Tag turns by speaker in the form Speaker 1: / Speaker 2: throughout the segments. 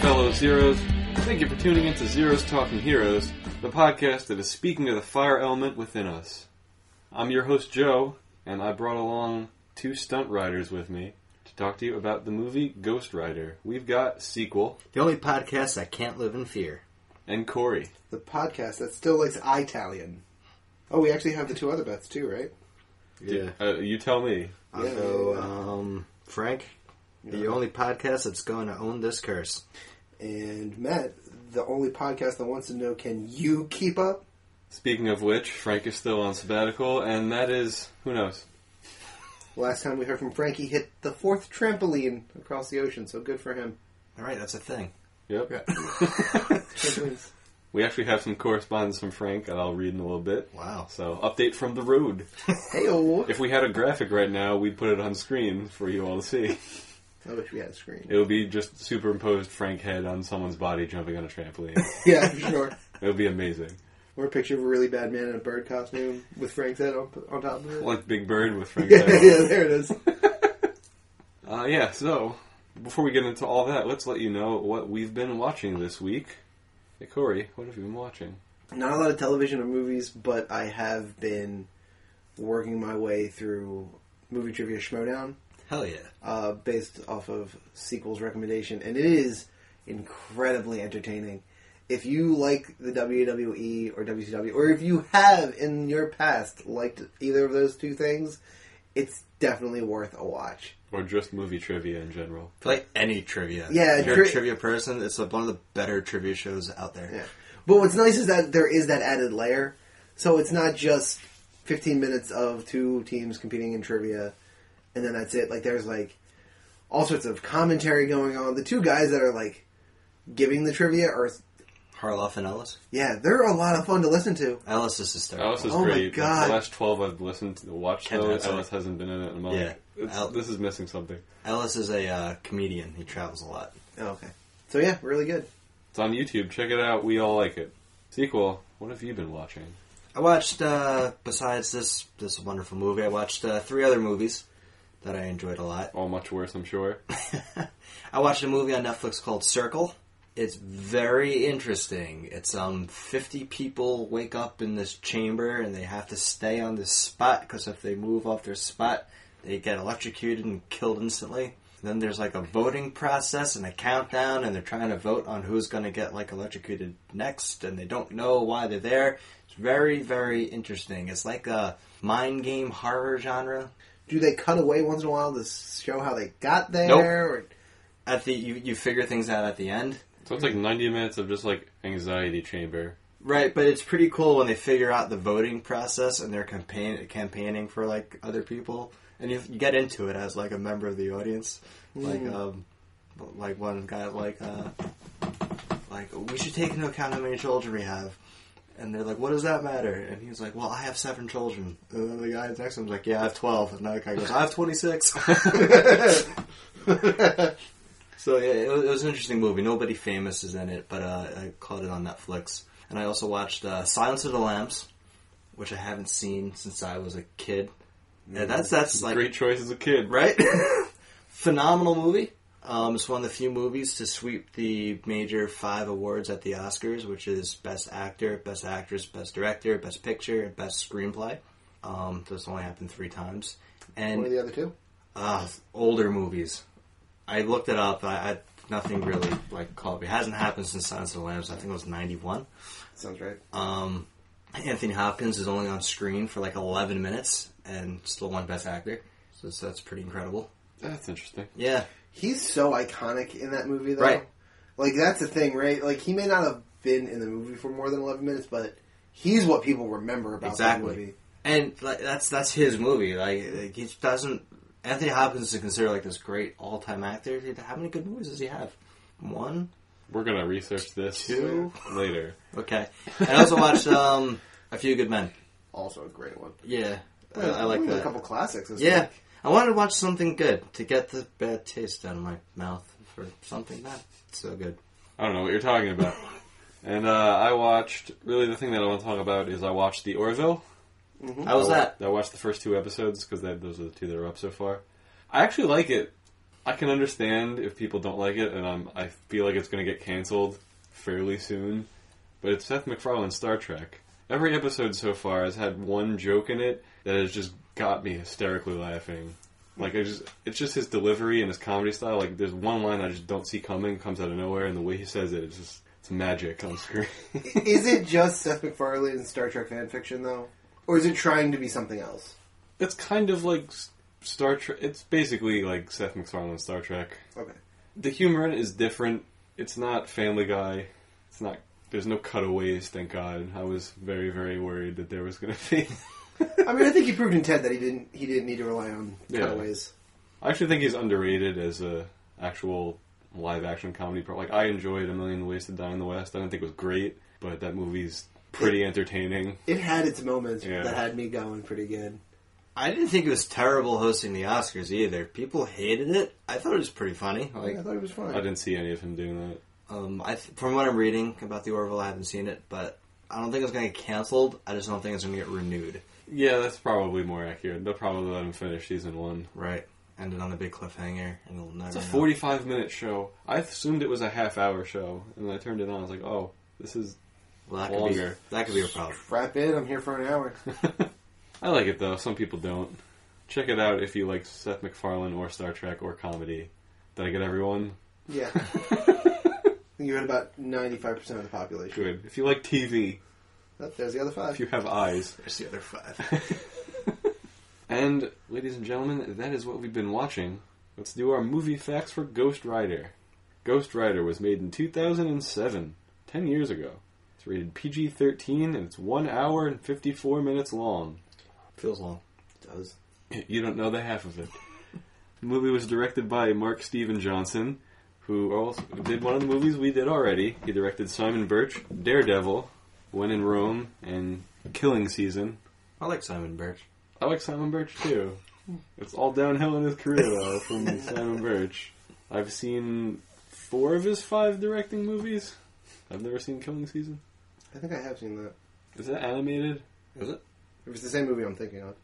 Speaker 1: fellow Zeros. Thank you for tuning in to Zeros Talking Heroes, the podcast that is speaking of the fire element within us. I'm your host, Joe, and I brought along two stunt riders with me to talk to you about the movie Ghost Rider. We've got Sequel
Speaker 2: The only podcast that can't live in fear.
Speaker 1: and Corey.
Speaker 3: The podcast that still likes Italian. Oh, we actually have the two other Beths too, right?
Speaker 2: Yeah.
Speaker 1: Uh, you tell me.
Speaker 2: So,
Speaker 3: uh,
Speaker 2: um, Frank, the only podcast that's going to own this curse.
Speaker 3: And Matt, the only podcast that wants to know can you keep up?
Speaker 1: Speaking of which, Frank is still on sabbatical, and that is, who knows?
Speaker 3: Last time we heard from Frankie hit the fourth trampoline across the ocean, so good for him.
Speaker 2: All right, that's a thing.
Speaker 1: Yep.
Speaker 3: Trampolines.
Speaker 1: We actually have some correspondence from Frank that I'll read in a little bit.
Speaker 2: Wow.
Speaker 1: So, update from the road.
Speaker 3: Heyo!
Speaker 1: If we had a graphic right now, we'd put it on screen for you all to see.
Speaker 3: I wish we had a screen.
Speaker 1: It would be just superimposed Frank head on someone's body jumping on a trampoline.
Speaker 3: Yeah, for sure.
Speaker 1: it would be amazing.
Speaker 3: Or a picture of a really bad man in a bird costume with Frank's head on, on top of it.
Speaker 1: Like Big Bird with Frank
Speaker 3: yeah,
Speaker 1: head.
Speaker 3: yeah, there it is.
Speaker 1: Uh, yeah, so before we get into all that, let's let you know what we've been watching this week. Hey, Corey, what have you been watching?
Speaker 3: not a lot of television or movies, but I have been working my way through movie trivia Schmodown,
Speaker 2: Hell yeah.
Speaker 3: uh, based off of sequel's recommendation, and it is incredibly entertaining. If you like the WWE or WCW, or if you have in your past liked either of those two things, it's definitely worth a watch.
Speaker 1: Or just movie trivia in general.
Speaker 2: Like any trivia.
Speaker 3: Yeah,
Speaker 2: If you're a
Speaker 3: tri-
Speaker 2: trivia person, it's like one of the better trivia shows out there.
Speaker 3: Yeah. But what's nice is that there is that added layer. So it's not just 15 minutes of two teams competing in trivia and then that's it. Like there's like all sorts of commentary going on. The two guys that are like giving the trivia are
Speaker 2: Harloff and Ellis.
Speaker 3: yeah, they're a lot of fun to listen to.
Speaker 2: Ellis is hysterical.
Speaker 1: Alice is
Speaker 3: Oh my
Speaker 1: great.
Speaker 3: God.
Speaker 1: The last 12 I've listened to, watched
Speaker 2: Ken
Speaker 1: though,
Speaker 2: Hudson.
Speaker 1: Alice hasn't been in it in a moment.
Speaker 2: Yeah.
Speaker 1: It's-
Speaker 2: Al-
Speaker 1: this is missing something.
Speaker 2: Ellis is a uh, comedian. He travels a lot.
Speaker 3: Oh, okay. So yeah, really good.
Speaker 1: It's on YouTube. Check it out. We all like it. Sequel, what have you been watching?
Speaker 2: I watched, uh, besides this this wonderful movie, I watched uh, three other movies that I enjoyed a lot.
Speaker 1: All much worse, I'm sure.
Speaker 2: I watched a movie on Netflix called Circle. It's very interesting. It's um 50 people wake up in this chamber and they have to stay on this spot because if they move off their spot, they get electrocuted and killed instantly. Then there's like a voting process and a countdown and they're trying to vote on who's going to get like electrocuted next and they don't know why they're there. It's very very interesting. It's like a mind game horror genre.
Speaker 3: Do they cut away once in a while to show how they got there
Speaker 2: Nope.
Speaker 3: or
Speaker 2: At the you, you figure things out at the end.
Speaker 1: So it's like
Speaker 2: Mm.
Speaker 1: 90 minutes of just like anxiety chamber.
Speaker 2: Right, but it's pretty cool when they figure out the voting process and they're campaign campaigning for like other people, and you, you get into it as like a member of the audience. Like, um, like one guy, like, uh, like we should take into account how many children we have, and they're like, "What does that matter?" And he's like, "Well, I have seven children." And then the guy next to him's like, "Yeah, I have 12. And another guy goes, "I have 26. So yeah, it was, it was an interesting movie. Nobody famous is in it, but uh, I caught it on Netflix. And I also watched uh, Silence of the Lambs, which I haven't seen since I was a kid. And that's that's like
Speaker 1: Great choice as a kid.
Speaker 2: right, phenomenal movie. Um, it's one of the few movies to sweep the major five awards at the Oscars, which is Best Actor, Best Actress, Best Director, Best Picture, and Best Screenplay. Um, this only happened three times. And
Speaker 3: one of the other two?
Speaker 2: uh, older movies. I looked it up. I, I nothing really like called. It hasn't happened since Silence of the Lambs. I think it was ninety one.
Speaker 3: Sounds right.
Speaker 2: Um, Anthony Hopkins is only on screen for like eleven minutes and still won Best Actor. So, so that's pretty incredible.
Speaker 1: That's interesting.
Speaker 2: Yeah,
Speaker 3: He's so iconic in that movie, though.
Speaker 2: Right.
Speaker 3: Like that's the thing, right? Like he may not have been in the movie for more than eleven minutes, but he's what people remember about
Speaker 2: Exactly.
Speaker 3: that movie.
Speaker 2: and like, that's that's his movie. Like, like he doesn't. Anthony Hopkins is considered like this great all time actor. How many good movies does he have? One.
Speaker 1: We're gonna research this
Speaker 2: Two.
Speaker 1: later.
Speaker 2: Okay. And I also watched um, A Few Good Men.
Speaker 3: Also a great one.
Speaker 2: Yeah, I, I like
Speaker 3: Ooh,
Speaker 2: that.
Speaker 3: A couple classics. this
Speaker 2: Yeah,
Speaker 3: week.
Speaker 2: I wanted to watch something good to get the bad taste out of my mouth for something not so good.
Speaker 1: I don't know what you're talking about. and uh, I watched. Really, the thing that I want to talk about is I watched the Orville.
Speaker 2: How was that?
Speaker 3: Mm-hmm.
Speaker 1: Oh. I watched the first two episodes because those are the two that are up so far. I actually like it. I can understand if people don't like it, and I'm, I feel like it's going to get canceled fairly soon. But it's Seth MacFarlane's Star Trek. Every episode so far has had one joke in it that has just got me hysterically laughing. Like I just, it's just his delivery and his comedy style. Like there's one line I just don't see coming, comes out of nowhere, and the way he says it, it's just it's magic on screen.
Speaker 3: is it just Seth MacFarlane and Star Trek fan fiction though, or is it trying to be something else?
Speaker 1: it's kind of like S- Star Trek. It's basically like Seth MacFarlane's Star Trek.
Speaker 3: Okay.
Speaker 1: the humor in it is different. It's not Family Guy. It's not. There's no cutaways. Thank God. I was very very worried that there was going to be.
Speaker 3: I mean, I think he proved in Ted that he didn't he didn't need to rely on
Speaker 1: Yeah.
Speaker 3: cutaways.
Speaker 1: I actually think he's underrated as a actual live action comedy. Pro- like I enjoyed A Million Ways to Die in the West. I don't think it was great, but that movie's pretty entertaining.
Speaker 3: It had its moments
Speaker 1: Yeah.
Speaker 3: that had me going pretty good.
Speaker 2: I didn't think it was terrible hosting the Oscars either. People hated it. I thought it was pretty funny. Like,
Speaker 3: I thought it was
Speaker 1: I
Speaker 3: fun.
Speaker 1: didn't see any of him doing that.
Speaker 2: um, I th- from what I'm reading about the Orville, I haven't seen it, but I don't think it's going to get canceled. I just don't think it's going to get renewed.
Speaker 1: Yeah, that's probably more accurate. They'll probably let him finish season one.
Speaker 2: Right. Ended on a big cliffhanger, and it'll never.
Speaker 1: It's a
Speaker 2: know.
Speaker 1: 45 minute show. I assumed it was a half hour show, and when I turned it on. I was like, oh, this is
Speaker 2: Well, that could
Speaker 1: longer.
Speaker 2: be that could be a problem.
Speaker 3: Wrap in. I'm here for an hour.
Speaker 1: I like it though. Some people don't. Check it out if you like Seth MacFarlane or Star Trek or comedy. Did I get everyone?
Speaker 3: Yeah. you had about 95% of the population.
Speaker 1: Good. If you like TV,
Speaker 3: Oh, there's the other
Speaker 1: if
Speaker 3: five.
Speaker 1: you have eyes.
Speaker 2: There's the other five.
Speaker 1: And ladies and gentlemen, that is what we've been watching. Let's do our movie facts for Ghost Rider. Ghost Rider was made in 2007, 10 years ago. It's rated PG-13 and it's 1 hour and 54 minutes long.
Speaker 2: Feels long. Does.
Speaker 1: You don't know the half of it. The movie was directed by Mark Steven Johnson, who also did one of the movies we did already. He directed Simon Birch, Daredevil, When in Rome, and Killing Season.
Speaker 2: I like Simon Birch.
Speaker 1: I like Simon Birch too. It's all downhill in his career though from Simon Birch. I've seen four of his five directing movies. I've never seen Killing Season.
Speaker 3: I think I have seen that.
Speaker 1: Is that animated?
Speaker 2: Is it?
Speaker 3: If it's the same movie I'm thinking of.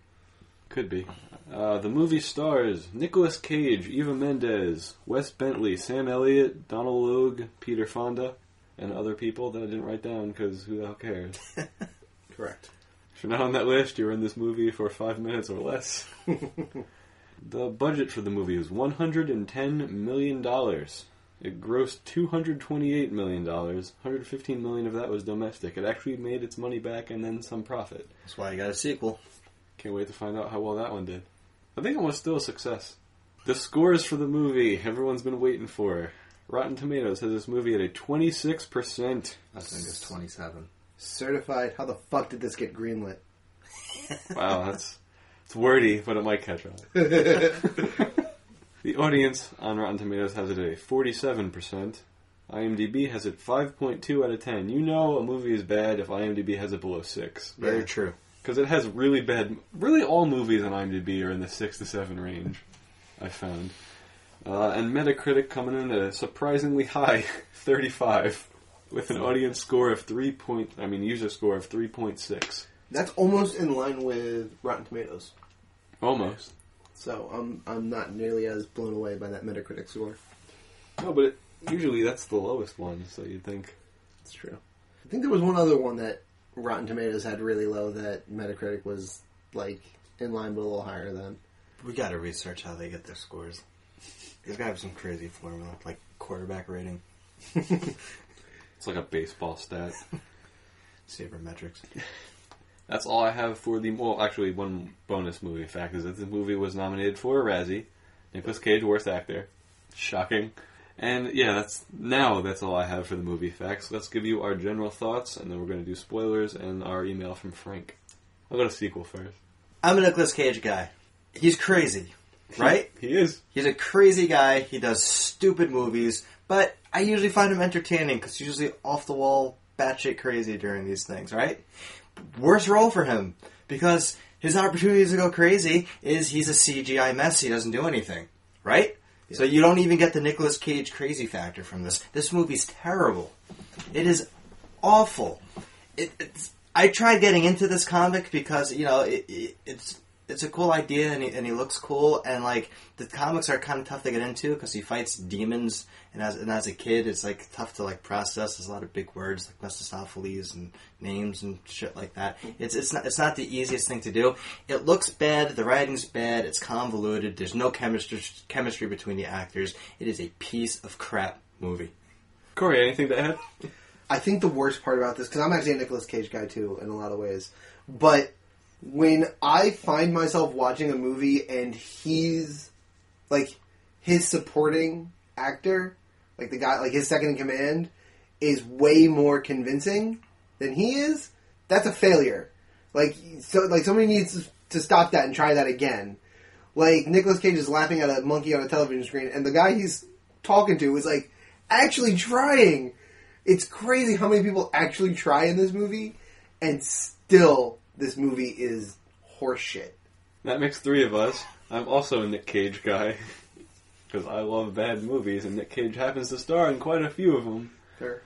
Speaker 1: Could be. Uh, the movie stars Nicolas Cage, Eva Mendes, Wes Bentley, Sam Elliott, Donald Logue, Peter Fonda, and other people that I didn't write down because who the hell cares?
Speaker 3: Correct.
Speaker 1: if you're not on that list, you're in this movie for five minutes or less. the budget for the movie is $110 million. It grossed $228 million. $115 million of that was domestic. It actually made its money back and then some profit.
Speaker 2: That's why you got a sequel.
Speaker 1: Can't wait to find out how well that one did. I think it was still a success. The scores for the movie, everyone's been waiting for. Rotten Tomatoes has this movie at a 26%.
Speaker 2: I think it's 27.
Speaker 3: Certified. How the fuck did this get greenlit?
Speaker 1: Wow, that's it's wordy, but it might catch on. the audience on Rotten Tomatoes has it at a 47%. IMDb has it 5.2 out of 10. You know a movie is bad if IMDb has it below 6.
Speaker 2: Very
Speaker 3: Yeah.
Speaker 2: true.
Speaker 1: Because it has really bad. Really, all movies on IMDb are in the six to seven range. I found, uh, and Metacritic coming in at a surprisingly high thirty-five, with an audience score of three point. I mean, user score of three point six,
Speaker 3: That's almost in line with Rotten Tomatoes.
Speaker 1: almost.
Speaker 3: So I'm I'm not nearly as blown away by that Metacritic score.
Speaker 1: No, but it, usually that's the lowest one. So you'd think
Speaker 3: It's true. I think there was one other one that Rotten Tomatoes had really low that Metacritic was like in line but a little higher than.
Speaker 2: We got to research how they get their scores. He's got to have some crazy formula, like quarterback rating,
Speaker 1: it's like a baseball stat.
Speaker 2: sabermetrics.
Speaker 1: That's all I have for the. Well, actually, one bonus movie fact is that the movie was nominated for a Razzie. Nicolas Cage, worst actor. Shocking. And yeah, that's now that's all I have for the movie facts. Let's give you our general thoughts, and then we're going to do spoilers and our email from Frank. I'll go to sequel first.
Speaker 2: I'm a Nicolas Cage guy. He's crazy, right?
Speaker 1: He is.
Speaker 2: He's a crazy guy. He does stupid movies, but I usually find him entertaining because he's usually off the wall, batshit crazy during these things, right? Worst role for him because his opportunities to go crazy is he's a CGI mess. He doesn't do anything, right? So you don't even get the Nicolas Cage crazy factor from this. This movie's terrible. It is awful. It, it's, I tried getting into this comic because you know it, it, it's it's a cool idea, and he, and he looks cool. And like the comics are kind of tough to get into because he fights demons, and as and as a kid, it's like tough to like process. There's a lot of big words like Mephistopheles and names and shit like that. It's it's not it's not the easiest thing to do. It looks bad. The writing's bad. It's convoluted. There's no chemistry chemistry between the actors. It is a piece of crap movie.
Speaker 1: Corey, anything to add?
Speaker 3: I think the worst part about this because I'm actually a Nicolas Cage guy too in a lot of ways, but when I find myself watching a movie and he's like his supporting actor, like the guy, like his second in command, is way more convincing than he is. That's a failure. Like so, like somebody needs to stop that and try that again. Like Nicolas Cage is laughing at a monkey on a television screen, and the guy he's talking to is like actually trying. It's crazy how many people actually try in this movie, and still this movie is horseshit.
Speaker 1: That makes three of us. I'm also a Nick Cage guy because I love bad movies, and Nick Cage happens to star in quite a few of them.
Speaker 3: Sure.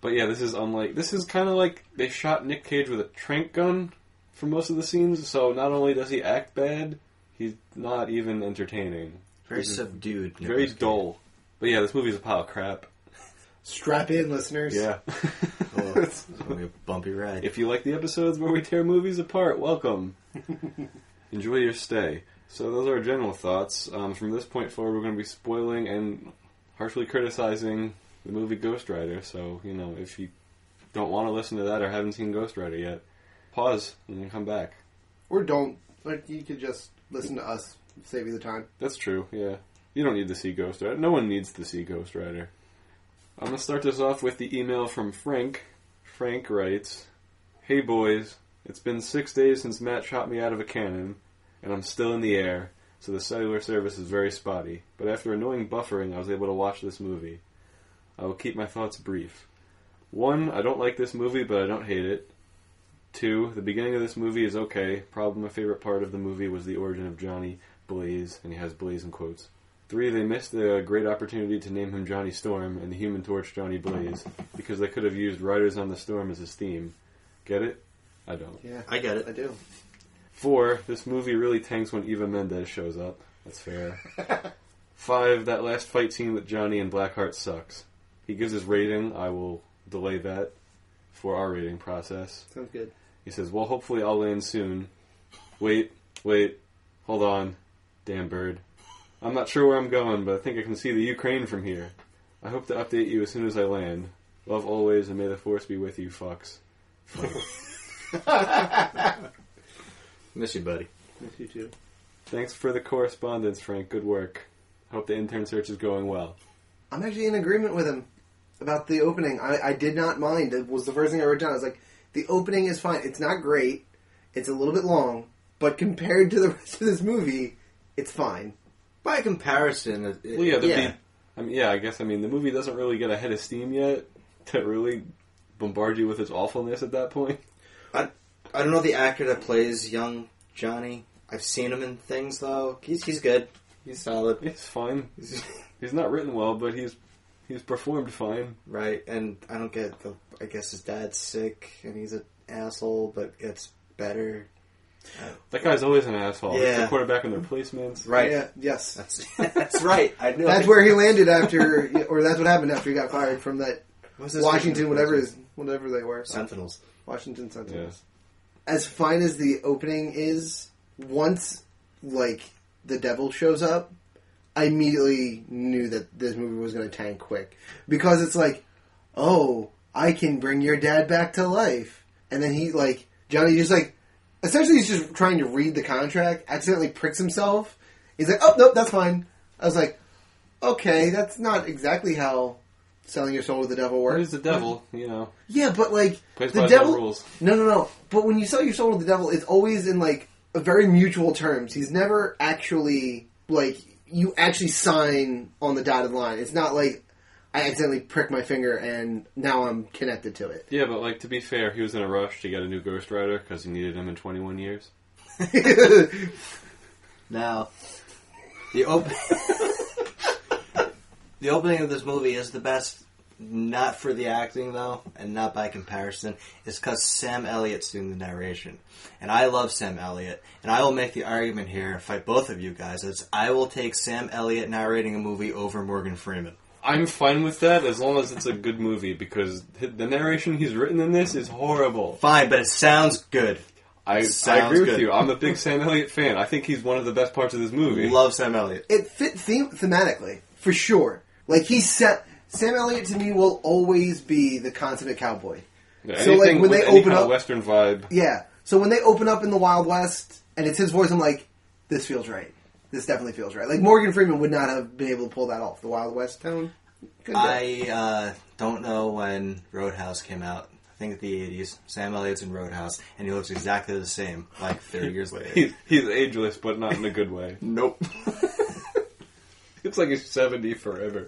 Speaker 1: But yeah, this is unlike. This is kind of like they shot Nick Cage with a trank gun for most of the scenes. So not only does he act bad, he's not even entertaining.
Speaker 2: Very
Speaker 1: This is
Speaker 2: subdued.
Speaker 1: very
Speaker 2: Nicolas Cage.
Speaker 1: dull. But yeah, this movie's a pile of crap.
Speaker 3: Strap in, listeners.
Speaker 1: Yeah.
Speaker 2: Oh, it's gonna be a bumpy ride.
Speaker 1: if you like the episodes where we tear movies apart, welcome. Enjoy your stay. So those are our general thoughts. Um, from this point forward, we're going to be spoiling and harshly criticizing the movie Ghost Rider. So you know, if you don't want to listen to that or haven't seen Ghost Rider yet, pause and then come back.
Speaker 3: Or don't. Like you could just listen to us, save you the time.
Speaker 1: That's true. Yeah, you don't need to see Ghost Rider. No one needs to see Ghost Rider. I'm gonna start this off with the email from Frank. Frank writes, "Hey boys, it's been six days since Matt shot me out of a cannon, and I'm still in the air, so the cellular service is very spotty. But after annoying buffering, I was able to watch this movie. I will keep my thoughts brief. One, I don't like this movie, but I don't hate it. Two, the beginning of this movie is okay. Probably my favorite part of the movie was the origin of Johnny." Blaze, and he has Blaze in quotes. Three, they missed a great opportunity to name him Johnny Storm and the Human Torch Johnny Blaze because they could have used Riders on the Storm as his theme. Get it? I don't.
Speaker 3: Yeah,
Speaker 2: I get it.
Speaker 3: I do.
Speaker 1: Four, this movie really tanks when Eva Mendes shows up. That's fair. Five, that last fight scene with Johnny and Blackheart sucks. He gives his rating. I will delay that for our rating process.
Speaker 3: Sounds good.
Speaker 1: He says, Well, hopefully I'll land soon. Wait, wait, hold on. Damn bird. I'm not sure where I'm going, but I think I can see the Ukraine from here. I hope to update you as soon as I land. Love always, and may the force be with you, fucks.
Speaker 2: Miss you, buddy.
Speaker 3: Miss you too.
Speaker 1: Thanks for the correspondence, Frank. Good work. Hope the intern search is going well.
Speaker 3: I'm actually in agreement with him about the opening. I, I did not mind. It was the first thing I wrote down. I was like, the opening is fine. It's not great. It's a little bit long, but compared to the rest of this movie, it's fine.
Speaker 2: By comparison, it, it-
Speaker 1: Well, yeah, the
Speaker 2: yeah.
Speaker 1: Be- I mean, yeah, I guess, I mean, the movie doesn't really get ahead of steam yet to really bombard you with its awfulness at that point.
Speaker 2: I don't know the actor that plays young Johnny. I've seen him in things though. He's he's good. He's solid.
Speaker 1: It's fine. He's not written well, but he's he's performed fine.
Speaker 2: right, and I don't get the. I guess his dad's sick, and he's an asshole, but gets better.
Speaker 1: That guy's always an asshole. He's the
Speaker 2: Yeah.
Speaker 1: quarterback in the replacements.
Speaker 2: Right.
Speaker 3: Yeah, yes.
Speaker 2: That's that's right. I knew.
Speaker 3: That's
Speaker 2: it.
Speaker 3: where he landed after, or that's what happened after he got fired from that
Speaker 2: What's his
Speaker 3: Washington,
Speaker 2: name?
Speaker 3: whatever is, whatever they were.
Speaker 2: Sentinels.
Speaker 3: Washington Sentinels.
Speaker 1: Yes.
Speaker 3: As fine as the opening is, once like the devil shows up, I immediately knew that this movie was going to tank quick because it's like, oh, I can bring your dad back to life, and then he like Johnny just like essentially he's just trying to read the contract, accidentally pricks himself. He's like, oh nope, that's fine. I was like, okay, that's not exactly how selling your soul to the devil works.
Speaker 1: Where's the devil? You know,
Speaker 3: Yeah, but like
Speaker 1: Plays by
Speaker 3: the
Speaker 1: his own
Speaker 3: devil.
Speaker 1: rules.
Speaker 3: No, no, no. But when you sell your soul to the devil, it's always in like a very mutual terms. He's never actually like you actually sign on the dotted line. It's not like I accidentally prick my finger and now I'm connected to it.
Speaker 1: yeah, but like to be fair, he was in a rush to get a new Ghost Rider because he needed him in 21 years.
Speaker 2: Now, the op- the opening of this movie is the best not for the acting though, and not by comparison, is because Sam Elliott's doing the narration, and I love Sam Elliott, and I will make the argument here, fight both of you guys, is I will take Sam Elliott narrating a movie over Morgan Freeman.
Speaker 1: I'm fine with that as long as it's a good movie because the narration he's written in this is horrible.
Speaker 2: Fine, but it sounds good.
Speaker 1: I, I
Speaker 2: Sounds
Speaker 1: agree with
Speaker 2: good.
Speaker 1: you. I'm a big Sam Elliott fan. I think he's one of the best parts of this movie.
Speaker 2: Love Sam Elliott.
Speaker 3: it fit them- thematically for sure. Like he set Sam Elliott to me will always be the consummate cowboy.
Speaker 1: Yeah,
Speaker 3: So, like,
Speaker 1: anything
Speaker 3: when
Speaker 1: with
Speaker 3: they
Speaker 1: any
Speaker 3: open
Speaker 1: kind of
Speaker 3: up-
Speaker 1: Western vibe.
Speaker 3: Yeah. So when they open up in the Wild West and it's his voice, I'm like, this feels right. This definitely feels right. Like Morgan Freeman would not have been able to pull that off. The Wild West tone. Good
Speaker 2: I uh, don't know when Roadhouse came out. I think the '80s. Sam Elliott's in Roadhouse, and he looks exactly the same, like 30 years later.
Speaker 1: He's, he's ageless, but not in a good way.
Speaker 2: nope.
Speaker 1: It's like he's 70 forever.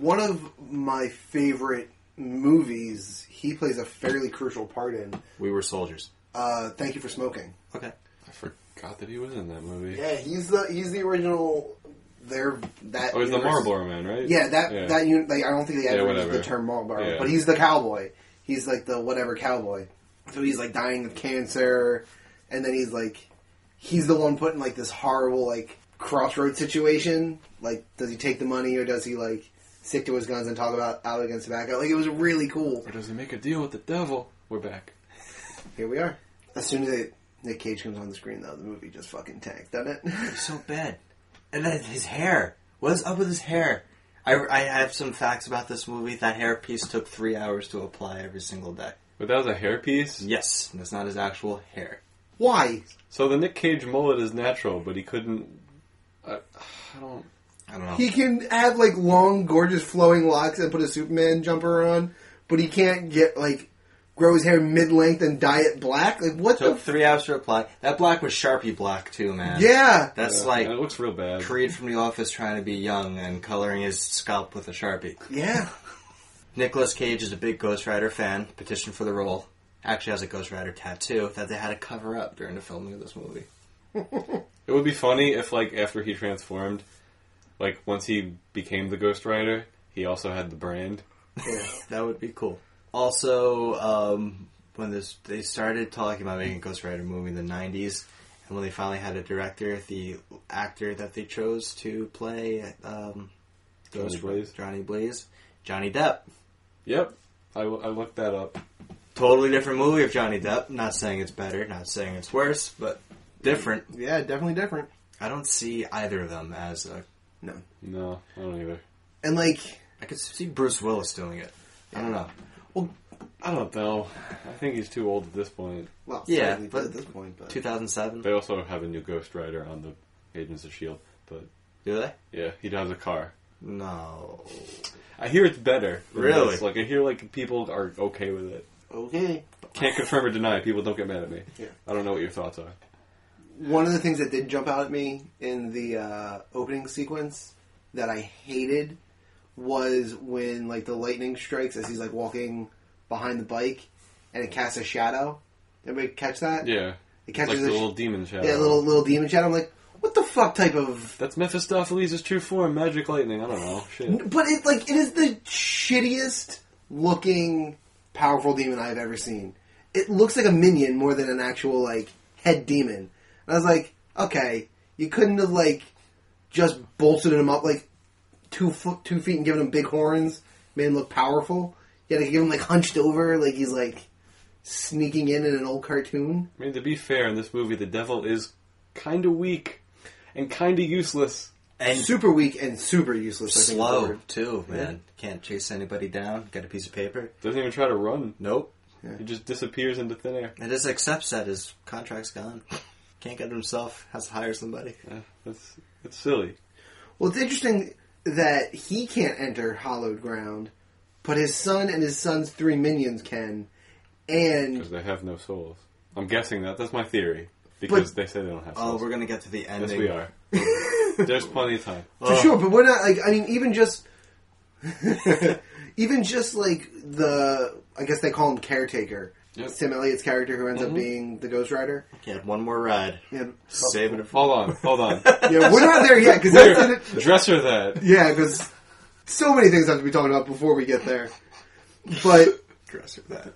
Speaker 3: one of my favorite movies. He plays a fairly crucial part in.
Speaker 2: we were soldiers.
Speaker 3: Uh, Thank you for smoking.
Speaker 2: Okay.
Speaker 1: I forgot that he was in that movie.
Speaker 3: Yeah, he's the he's the original. There that
Speaker 1: Oh, he's the
Speaker 3: universe-
Speaker 1: Marlboro Man, right?
Speaker 3: Yeah, that
Speaker 1: yeah.
Speaker 3: that unit. Like, I don't think they
Speaker 1: Yeah,
Speaker 3: ever used
Speaker 1: whatever.
Speaker 3: the term Marlboro,
Speaker 1: Yeah.
Speaker 3: but he's the cowboy. He's like the whatever cowboy. So he's like dying of cancer, and then he's like, he's the one put in like this horrible like crossroad situation. Like, does he take the money or does he like stick to his guns and talk about out against tobacco? Like, it was really cool.
Speaker 1: Or does he make a deal with the devil? We're back.
Speaker 3: Here we are. As soon as they, Nick Cage comes on the screen, though, the movie just fucking tanked, doesn't it?
Speaker 2: So bad. And then his hair. What is up with his hair? I, I have some facts about this movie. That hair piece took three hours to apply every single day.
Speaker 1: But that was a hairpiece?
Speaker 2: Yes, and it's not his actual hair.
Speaker 3: Why?
Speaker 1: So the Nick Cage mullet is natural, but he couldn't. I, I don't.
Speaker 2: I don't know.
Speaker 3: He can have like long, gorgeous, flowing locks and put a Superman jumper on, but he can't get like grow his hair mid length and dye it black. Like what the?
Speaker 2: took
Speaker 3: F-
Speaker 2: three hours to apply. That black was Sharpie black too, man.
Speaker 3: yeah,
Speaker 2: That's
Speaker 1: Yeah,
Speaker 2: like
Speaker 1: uh, It looks real bad.
Speaker 2: Creed from The Office trying to be young and coloring his scalp with a Sharpie.
Speaker 3: yeah.
Speaker 2: Nicolas Cage is a big Ghost Rider fan, petitioned for the role. Actually has a Ghost Rider tattoo that they had to cover up during the filming of this movie.
Speaker 1: It would be funny if, like, after he transformed, like, once he became the Ghost Rider, he also had the brand.
Speaker 2: That would be cool. Also, um, when this they started talking about making a Ghost Rider movie in the '90s, and when they finally had a director, the actor that they chose to play um, Ghost Rider-
Speaker 1: Blaze.
Speaker 2: Johnny Blaze, Johnny Depp.
Speaker 1: Yep. I, I looked that up.
Speaker 2: Totally different movie of Johnny Depp. Not saying it's better, not saying it's worse, but different.
Speaker 3: Yeah, definitely different.
Speaker 2: I don't see either of them as a.
Speaker 3: No,
Speaker 1: No, I don't either.
Speaker 3: and like
Speaker 2: I could see Bruce Willis doing it. I don't know.
Speaker 1: I don't know. I think he's too old at this point.
Speaker 3: well,
Speaker 2: Yeah,
Speaker 3: slightly,
Speaker 2: but-
Speaker 3: at this point, but
Speaker 2: 2007.
Speaker 1: They also have a new Ghost Rider on the Agents of S.H.I.E.L.D., E but
Speaker 2: Do they?
Speaker 1: yeah, he drives a car.
Speaker 2: No.
Speaker 1: I hear it's better. than
Speaker 2: Really?
Speaker 1: this. Like, I hear, like, people are okay with it.
Speaker 3: okay.
Speaker 1: Can't confirm or deny. People don't get mad at me.
Speaker 3: Yeah.
Speaker 1: I don't know what your thoughts are.
Speaker 3: One of the things that did jump out at me in the uh, opening sequence that I hated was when like the lightning strikes as he's like walking behind the bike and it casts a shadow. Everybody catch that?
Speaker 1: Yeah.
Speaker 3: It
Speaker 1: It's like
Speaker 3: catches
Speaker 1: the
Speaker 3: a sh-
Speaker 1: little demon shadow.
Speaker 3: Yeah, little little demon shadow. I'm like, what the fuck type of?
Speaker 1: That's Mephistopheles' true form, magic lightning. I don't know. Shit.
Speaker 3: But it like it is the shittiest looking powerful demon I've ever seen. It looks like a minion more than an actual like head demon. And I was like, okay, you couldn't have like just bolted him up like two foot two feet and given him big horns, made him look powerful. You had to give him like hunched over, like he's like sneaking in in an old cartoon.
Speaker 1: I mean, to be fair, in this movie, the devil is kind of weak and kind of useless.
Speaker 2: And
Speaker 3: Super weak and super useless. I think is the
Speaker 2: slow
Speaker 3: word.
Speaker 2: too, man. Can't chase anybody down. Get a piece of paper.
Speaker 1: Doesn't even try to run.
Speaker 2: Nope.
Speaker 1: He just disappears into thin air.
Speaker 2: And just accepts that his contract's gone. Can't get it himself. Has to hire somebody.
Speaker 1: Yeah, that's that's silly.
Speaker 3: Well, it's interesting that he can't enter hallowed ground, but his son and his son's three minions can.
Speaker 1: Because
Speaker 3: And
Speaker 1: they have no souls. I'm guessing that. That's my theory. Because they say they don't have
Speaker 2: Oh,
Speaker 1: souls.
Speaker 2: we're gonna get to the ending.
Speaker 1: yes, we are. There's plenty of time.
Speaker 3: for sure, but we're not like I mean, even just, even just like the I guess they call him caretaker.
Speaker 1: Yep.
Speaker 3: Sam Elliott's character who ends up being the Ghost Rider.
Speaker 2: Okay, one more ride.
Speaker 3: Yeah,
Speaker 2: Saving it for
Speaker 1: Oh. Hold on, hold on.
Speaker 3: yeah we're not there yet because that's in
Speaker 1: Here,
Speaker 3: it.
Speaker 1: dress her that.
Speaker 3: Yeah, because so many things I have to be talking about before we get there. But
Speaker 2: Dress with that.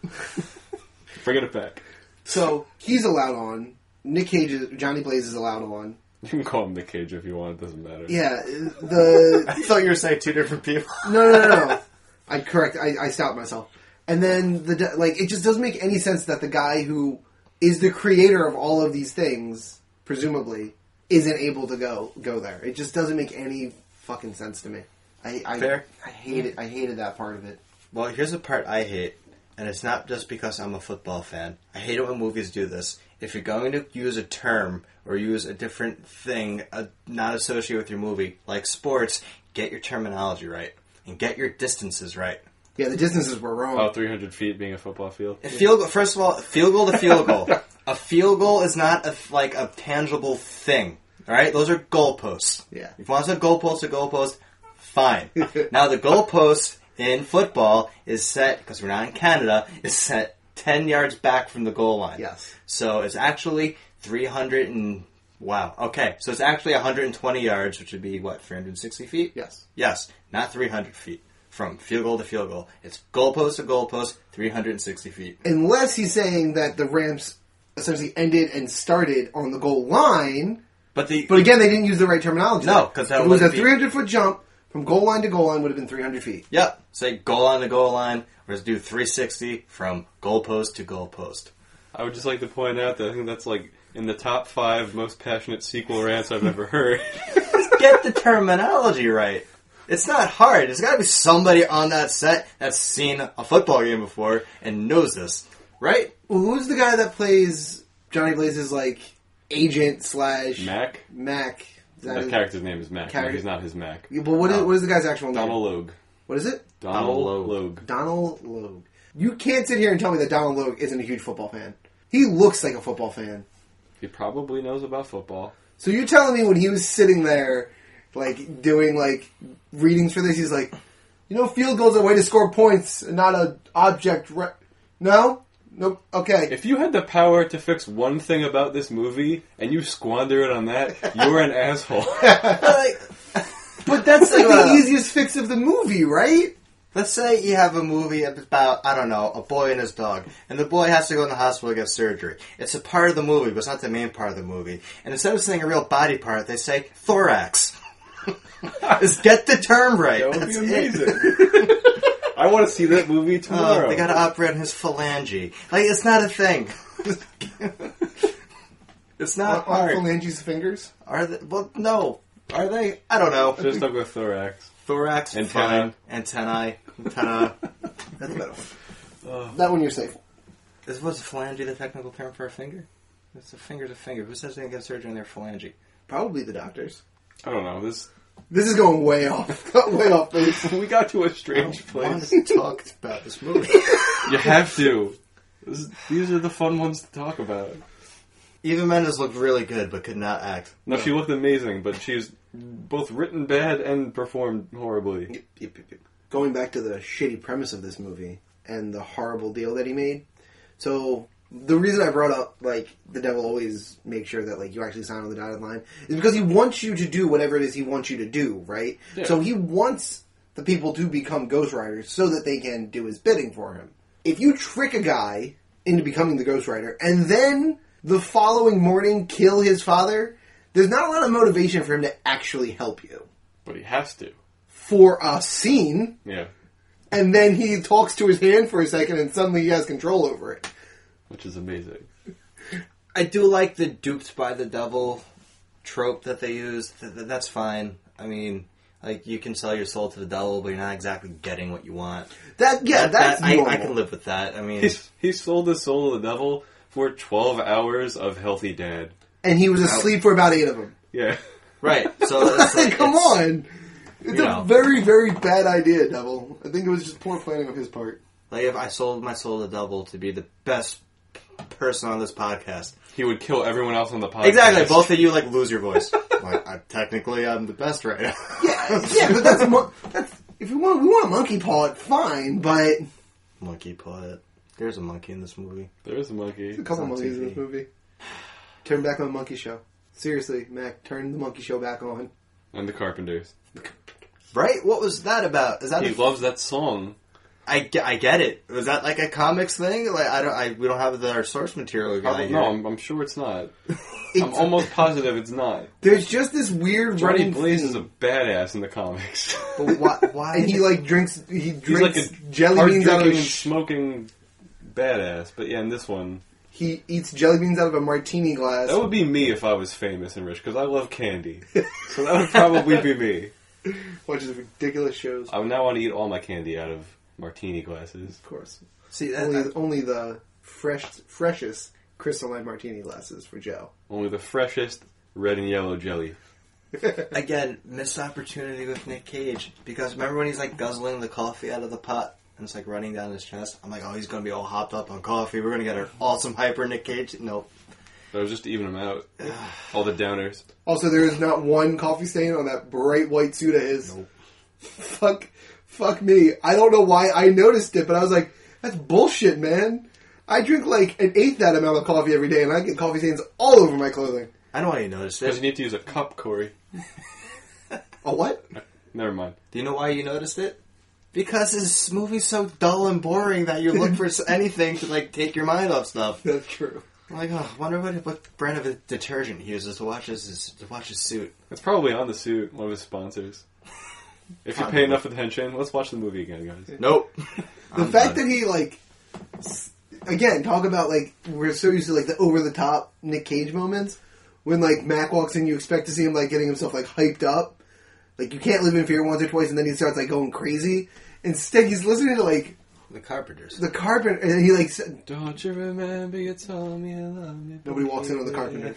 Speaker 1: Bring it back.
Speaker 3: so he's allowed on. Nick Cage, is, Johnny Blaze is allowed on.
Speaker 1: You can call him the cage if you want. It doesn't matter.
Speaker 3: Yeah, the
Speaker 4: I thought you were saying two different people.
Speaker 3: no, no, no, no. I correct. I, I stopped myself. And then the de- like, it just doesn't make any sense that the guy who is the creator of all of these things, presumably, isn't able to go go there. It just doesn't make any fucking sense to me. I I,
Speaker 4: Fair.
Speaker 3: I hate it. I hated that part of it.
Speaker 2: Well, here's the part I hate, and it's not just because I'm a football fan. I hate it when movies do this. If you're going to use a term or use a different thing uh, not associated with your movie, like sports, get your terminology right and get your distances right.
Speaker 3: Yeah, the distances were wrong.
Speaker 1: About 300 feet being a football field.
Speaker 2: A Field goal, first of all, field goal to field goal. a field goal is not a, like a tangible thing. All right, those are goalposts.
Speaker 3: Yeah.
Speaker 2: If you want to say goalpost to goalpost, fine. now the goalpost in football is set because we're not in Canada. Is set ten yards back from the goal line.
Speaker 3: Yes.
Speaker 2: So it's actually three hundred and wow. Okay, so it's actually one hundred and twenty yards, which would be what three hundred and sixty feet.
Speaker 3: Yes.
Speaker 2: Yes, not three hundred feet. From field goal to field goal, it's goalpost to goalpost, three hundred and sixty feet.
Speaker 3: Unless he's saying that the ramps essentially ended and started on the goal line.
Speaker 2: But the
Speaker 3: But again, they didn't use the right terminology.
Speaker 2: No, 'cause that
Speaker 3: If it was a
Speaker 2: wouldn't be-
Speaker 3: 300 foot jump from goal line to goal line would have been 300 feet.
Speaker 2: Yep. Say goal on the goal line. Let's do 360 from goalpost to goalpost.
Speaker 1: I would just like to point out that I think that's like in the top five most passionate sequel rants I've ever heard.
Speaker 2: Get the terminology right. It's not hard. There's got to be somebody on that set that's seen a football game before and knows this, right?
Speaker 3: Well, who's the guy that plays Johnny Blaze's like agent slash
Speaker 1: Mac?
Speaker 3: Mac? Is that
Speaker 1: The
Speaker 3: his-
Speaker 1: character's name is Mac.
Speaker 3: Character-
Speaker 1: He's not his Mac.
Speaker 3: Yeah, but what is, what is the guy's actual name?
Speaker 1: Donald Logue.
Speaker 3: What is it?
Speaker 1: Donald
Speaker 2: Logue.
Speaker 1: Logue.
Speaker 3: Donald Logue. You can't sit here and tell me that Donald Logue isn't a huge football fan. He looks like a football fan.
Speaker 1: He probably knows about football.
Speaker 3: So you're telling me when he was sitting there, like doing like readings for this, he's like, you know, field goals are a way to score points, and not a object. Re- no, nope. Okay,
Speaker 1: If you had the power to fix one thing about this movie and you squander it on that, you're an asshole.
Speaker 2: Like,
Speaker 3: but that's like the
Speaker 2: Well-
Speaker 3: easiest fix of the movie, right?
Speaker 2: let's say you have a movie about, I don't know, a boy and his dog, and the boy has to go in the hospital to get surgery. It's a part of the movie, but it's not the main part of the movie. And instead of saying a real body part, they say thorax. Just get the term right.
Speaker 1: That would be
Speaker 2: That's it.
Speaker 1: amazing. I want to see that movie tomorrow.
Speaker 2: Oh, they gotta operate on his phalange. Like, it's not a thing. it's
Speaker 3: On
Speaker 2: not
Speaker 3: on
Speaker 2: hard.
Speaker 3: Phalange's fingers.
Speaker 2: Are they? Well, no. Are they? I don't know.
Speaker 1: Just up with thorax.
Speaker 2: Thorax,
Speaker 1: Antenna.
Speaker 2: fine. Antennae. Antenna.
Speaker 3: That's a better one. that one you're safe.
Speaker 2: Is what's a phalange the technical term for a finger? It's a finger's a finger. Who says they can get surgery on their phalange?
Speaker 3: Probably the doctors.
Speaker 1: I don't know. This
Speaker 3: This is going way off. way off base.
Speaker 1: we got to a strange
Speaker 2: I
Speaker 1: place.
Speaker 2: wanted to talk about this movie.
Speaker 1: You have to. This, these are the fun ones to talk about.
Speaker 2: Even Mendes looked really good, but could not act.
Speaker 1: No, she looked amazing, but she was both written bad and performed horribly.
Speaker 3: Going back to the shitty premise of this movie and the horrible deal that he made. So the reason I brought up like the devil always makes sure that like you actually sign on the dotted line is because he wants you to do whatever it is he wants you to do, right?
Speaker 1: Yeah.
Speaker 3: So he wants the people to become Ghost Riders so that they can do his bidding for him. If you trick a guy into becoming the Ghost Rider and then the following morning kill his father, there's not a lot of motivation for him to actually help you.
Speaker 1: But he has to.
Speaker 3: For a scene,
Speaker 1: Yeah.
Speaker 3: and then he talks to his hand for a second, and suddenly he has control over it.
Speaker 1: Which is amazing.
Speaker 2: I do like the duped by the devil trope that they used. Th- th- That's fine. I mean, like you can sell your soul to the devil, but you're not exactly getting what you want.
Speaker 3: That yeah,
Speaker 2: That-
Speaker 3: that's
Speaker 2: that- I,
Speaker 3: normal.
Speaker 2: I can live with that. I mean,
Speaker 1: He's, he sold his soul to the devil for 12 hours of healthy dad.
Speaker 3: And he was asleep for about eight of them.
Speaker 1: Yeah.
Speaker 2: right? So it's like,
Speaker 3: Come
Speaker 2: it's-
Speaker 3: on, it's
Speaker 2: you
Speaker 3: a
Speaker 2: know.
Speaker 3: very very bad idea, Devil. I think it was just poor planning of his part.
Speaker 2: Like if I sold my soul to the devil to be the best person on this podcast,
Speaker 1: He would kill everyone else on the podcast.
Speaker 2: exactly. Both of you like lose your voice. like I, technically, I'm the best right now.
Speaker 3: Yeah, yeah, but that's mo- that's if you want we want a monkey paw, it fine, but
Speaker 2: monkey poet. There's a monkey in this movie.
Speaker 1: There's a monkey.
Speaker 3: a couple
Speaker 2: It's on
Speaker 3: monkeys in
Speaker 2: TV.
Speaker 3: this movie. Turn back on Monkey Show. Seriously, Mac, turn the Monkey Show back on.
Speaker 1: And the carpenters.
Speaker 2: Right? What was that about? Is that
Speaker 1: He
Speaker 2: a-
Speaker 1: loves that song.
Speaker 2: I, ge- I get it. Was that like a comics thing? Like I don't. I we don't have the, our source material guy
Speaker 1: Probably-
Speaker 2: here.
Speaker 1: no, I'm, I'm sure it's not. I'm
Speaker 3: It's-
Speaker 1: almost positive it's not.
Speaker 3: There's just this weird
Speaker 1: Johnny
Speaker 3: running
Speaker 1: Blaze
Speaker 3: theme.
Speaker 1: is a badass in the comics.
Speaker 2: But why? Why?
Speaker 3: and he
Speaker 2: did-
Speaker 3: like drinks he
Speaker 1: He's like
Speaker 3: drinks
Speaker 1: a
Speaker 3: jelly
Speaker 1: hard
Speaker 3: beans out of
Speaker 1: drinking
Speaker 3: a
Speaker 1: and
Speaker 3: sh-
Speaker 1: smoking badass. But yeah, in this one,
Speaker 3: he eats jelly beans out of a martini glass.
Speaker 1: that would be me if I was famous and rich because I love candy. so that would probably be me.
Speaker 3: Watches ridiculous shows.
Speaker 1: I would now want to eat all my candy out of martini glasses.
Speaker 3: Of course,
Speaker 2: see that,
Speaker 3: only only the fresh freshest crystalline martini glasses for Joe.
Speaker 1: Only the freshest red and yellow jelly.
Speaker 2: again missed opportunity with Nick Cage because remember when he's like guzzling the coffee out of the pot and it's like running down his chest. I'm like, oh, he's gonna be all hopped up on coffee. We're gonna get an awesome hyper Nick Cage. Nope.
Speaker 1: That was just to even them out. all the downers.
Speaker 3: Also, there is not one coffee stain on that bright white suit of his.
Speaker 2: Nope.
Speaker 3: Fuck, fuck me. I don't know why I noticed it, but I was like, that's bullshit, man. I drink like an eighth that amount of coffee every day, and I get coffee stains all over my clothing.
Speaker 2: I know why you noticed
Speaker 1: Because
Speaker 2: it.
Speaker 1: you need to use a cup, Corey.
Speaker 3: A what?
Speaker 1: Never mind.
Speaker 2: Do you know why you noticed it? Because this movie's so dull and boring that you look for s- anything to like take your mind off stuff.
Speaker 3: That's true.
Speaker 2: I'm like, oh, I wonder what what brand of detergent he uses to wash his to wash his suit.
Speaker 1: It's probably on the suit, one of his sponsors. If you pay enough attention, let's watch the movie again, guys.
Speaker 2: Nope.
Speaker 3: The fact that he like, s- again, talk about like we're so used to like the over the top Nick Cage moments. When like Mac walks in, you expect to see him like getting himself like hyped up. Like you can't live in fear once or twice, and then he starts like going crazy. Instead, he's listening to like
Speaker 2: the carpenters.
Speaker 3: the carpenter, and he like s-
Speaker 1: Don't you remember you told me you love me?
Speaker 3: nobody walks in on the carpenter.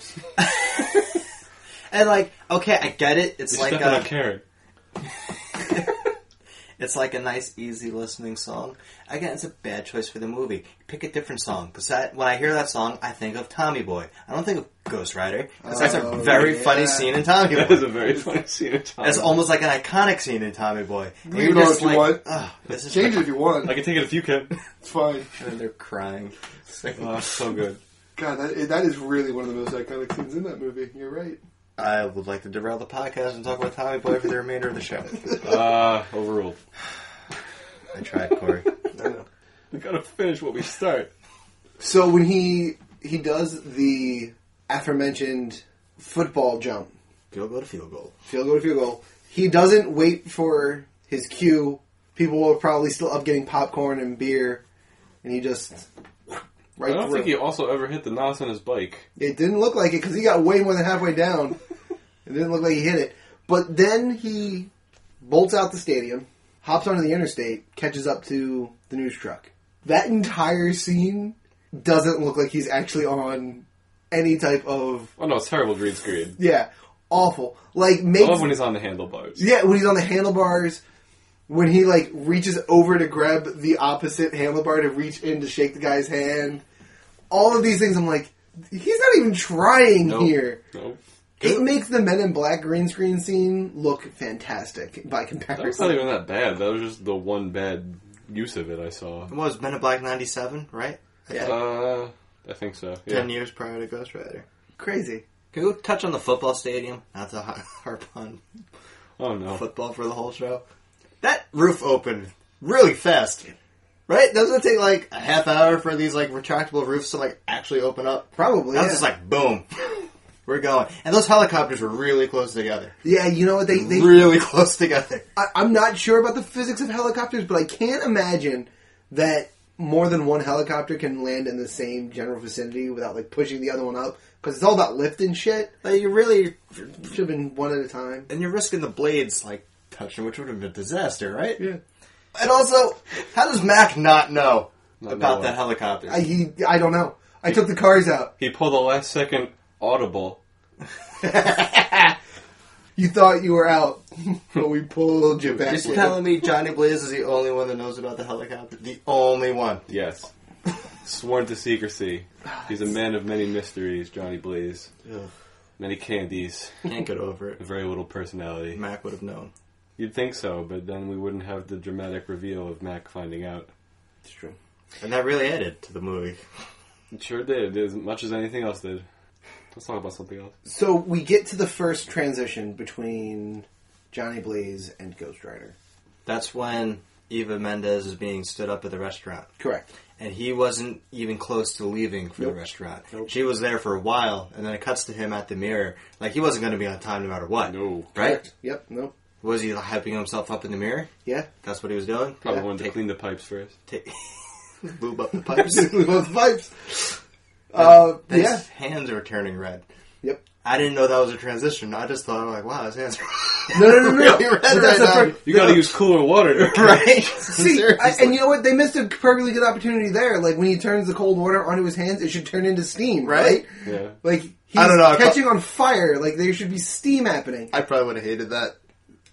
Speaker 2: And like, okay, I get it. It's
Speaker 1: You're
Speaker 2: like uh,
Speaker 1: stepping on
Speaker 2: a,
Speaker 1: Karen.
Speaker 2: it's like a nice, easy listening song. Again, it's a bad choice for the movie. Pick a different song because that when I hear that song, I think of Tommy Boy. I don't think of Ghost Rider because that's a
Speaker 3: Oh,
Speaker 2: very
Speaker 3: yeah.
Speaker 2: funny scene in Tommy
Speaker 1: That
Speaker 2: Boy.
Speaker 1: is a very funny scene. of time.
Speaker 2: It's almost like an iconic scene in Tommy Boy. And
Speaker 3: You know what you want.
Speaker 2: "Ugh, this is
Speaker 3: Change it if you want.
Speaker 1: I can take it if you can.
Speaker 3: it's fine.
Speaker 2: And they're crying. It's like,
Speaker 1: Oh, so good.
Speaker 3: God, that, that is really one of the most iconic scenes in that movie. You're right.
Speaker 2: I would like to derail the podcast and talk about Tommy Boy for the remainder of the show.
Speaker 1: Ah, overruled.
Speaker 2: I tried, Corey.
Speaker 3: I know.
Speaker 1: We gotta finish what we start.
Speaker 3: So when he he does the aforementioned football jump,
Speaker 2: Field goal to field goal.
Speaker 3: field goal to field goal, he doesn't wait for his cue. People are probably still up getting popcorn and beer, and he just
Speaker 1: I
Speaker 3: right
Speaker 1: don't
Speaker 3: through.
Speaker 1: think he also ever hit the nos on his bike.
Speaker 3: It didn't look like it because he got way more than halfway down. it didn't look like he hit it. But then he bolts out the stadium, hops onto the interstate, catches up to the news truck. That entire scene doesn't look like he's actually on any type of
Speaker 1: Oh no, it's terrible green screen.
Speaker 3: yeah awful like
Speaker 1: I
Speaker 3: makes
Speaker 1: love when he's on the handlebars.
Speaker 3: yeah when he's on the handlebars when he like reaches over to grab the opposite handlebar to reach in to shake the guy's hand all of these things I'm like he's not even trying
Speaker 1: Nope.
Speaker 3: here
Speaker 1: Nope.
Speaker 3: it makes the Men in Black green screen scene look fantastic by
Speaker 1: That was not
Speaker 3: comparison.
Speaker 1: even that bad. That was just the one bad use of it I saw.
Speaker 2: It was Men in Black 97, right? I
Speaker 3: Yeah.
Speaker 2: think.
Speaker 1: Uh, I think so. Yeah.
Speaker 2: Ten years prior to Ghost Rider.
Speaker 3: Crazy.
Speaker 2: Can we touch on the football stadium? Not to har- harp on
Speaker 1: Oh no.
Speaker 2: football for the whole show. That roof opened really fast. Right? Doesn't it take like a half hour for these like retractable roofs to like actually open up?
Speaker 3: Probably.
Speaker 2: That
Speaker 3: Yeah.
Speaker 2: was just like boom. We're going. And those helicopters were really close together.
Speaker 3: yeah, you know what they, they
Speaker 2: really close together.
Speaker 3: I, I'm not sure about the physics of helicopters, but I can't imagine that more than one helicopter can land in the same general vicinity without like pushing the other one up because it's all about lift and shit.
Speaker 2: Like you really
Speaker 3: Should have been one at a time.
Speaker 2: and you're risking the blades like touching, which would have been a disaster, right?
Speaker 3: Yeah.
Speaker 2: And also, how does Mac not know
Speaker 1: Not know
Speaker 2: about
Speaker 1: what?
Speaker 2: that helicopter?
Speaker 3: I he, I don't know. I took the cars out.
Speaker 1: He pulled the last second audible.
Speaker 3: You thought you were out, but we pulled you back.
Speaker 2: Just
Speaker 3: with
Speaker 2: telling me Johnny Blaze is the only one that knows about the helicopter. The only one.
Speaker 1: Yes. Sworn to secrecy. He's a man of many mysteries, Johnny Blaze. Many candies,
Speaker 2: Can't get over it.
Speaker 1: very little personality.
Speaker 2: Mac would have known.
Speaker 1: You'd think so, but then we wouldn't have the dramatic reveal of Mac finding out.
Speaker 2: It's true. And that really added to the movie.
Speaker 1: It sure did, as much as anything else did. Let's talk about something else.
Speaker 3: So we get to the first transition between Johnny Blaze, and Ghost Rider.
Speaker 2: That's when Eva Mendes is being stood up at the restaurant.
Speaker 3: Correct.
Speaker 2: and he wasn't even close to leaving for
Speaker 3: Nope.
Speaker 2: the restaurant.
Speaker 3: Nope.
Speaker 2: She was there for a while, and then it cuts to him at the mirror. Like he wasn't going to be on time no matter what.
Speaker 1: No.
Speaker 2: right?
Speaker 3: Correct. Yep. No.
Speaker 2: Was he hyping himself up in the mirror?
Speaker 3: Yeah.
Speaker 2: That's what he was doing.
Speaker 1: Probably
Speaker 3: Yeah,
Speaker 1: wanted to
Speaker 2: take-
Speaker 1: clean the pipes first.
Speaker 2: Take, lube up the pipes.
Speaker 3: Both vibes. Uh,
Speaker 2: His
Speaker 3: yeah.
Speaker 2: hands are turning red.
Speaker 3: Yep.
Speaker 2: I didn't know that was a transition. I just thought like, wow, his hands are
Speaker 3: No, no, no, no.
Speaker 2: really
Speaker 3: no.
Speaker 2: red
Speaker 3: That's
Speaker 2: right
Speaker 3: the
Speaker 2: now.
Speaker 3: fir-
Speaker 1: You gotta use cooler water to
Speaker 2: right.
Speaker 3: See, I,
Speaker 2: Seriously.
Speaker 3: and you know what? They missed a perfectly good opportunity there. Like when he turns the cold water onto his hands, it should turn into steam,
Speaker 2: Right?
Speaker 3: right?
Speaker 1: Yeah.
Speaker 3: Like he's
Speaker 2: I don't know, I ca-
Speaker 3: catching on fire. Like there should be steam happening.
Speaker 2: I probably would have hated that.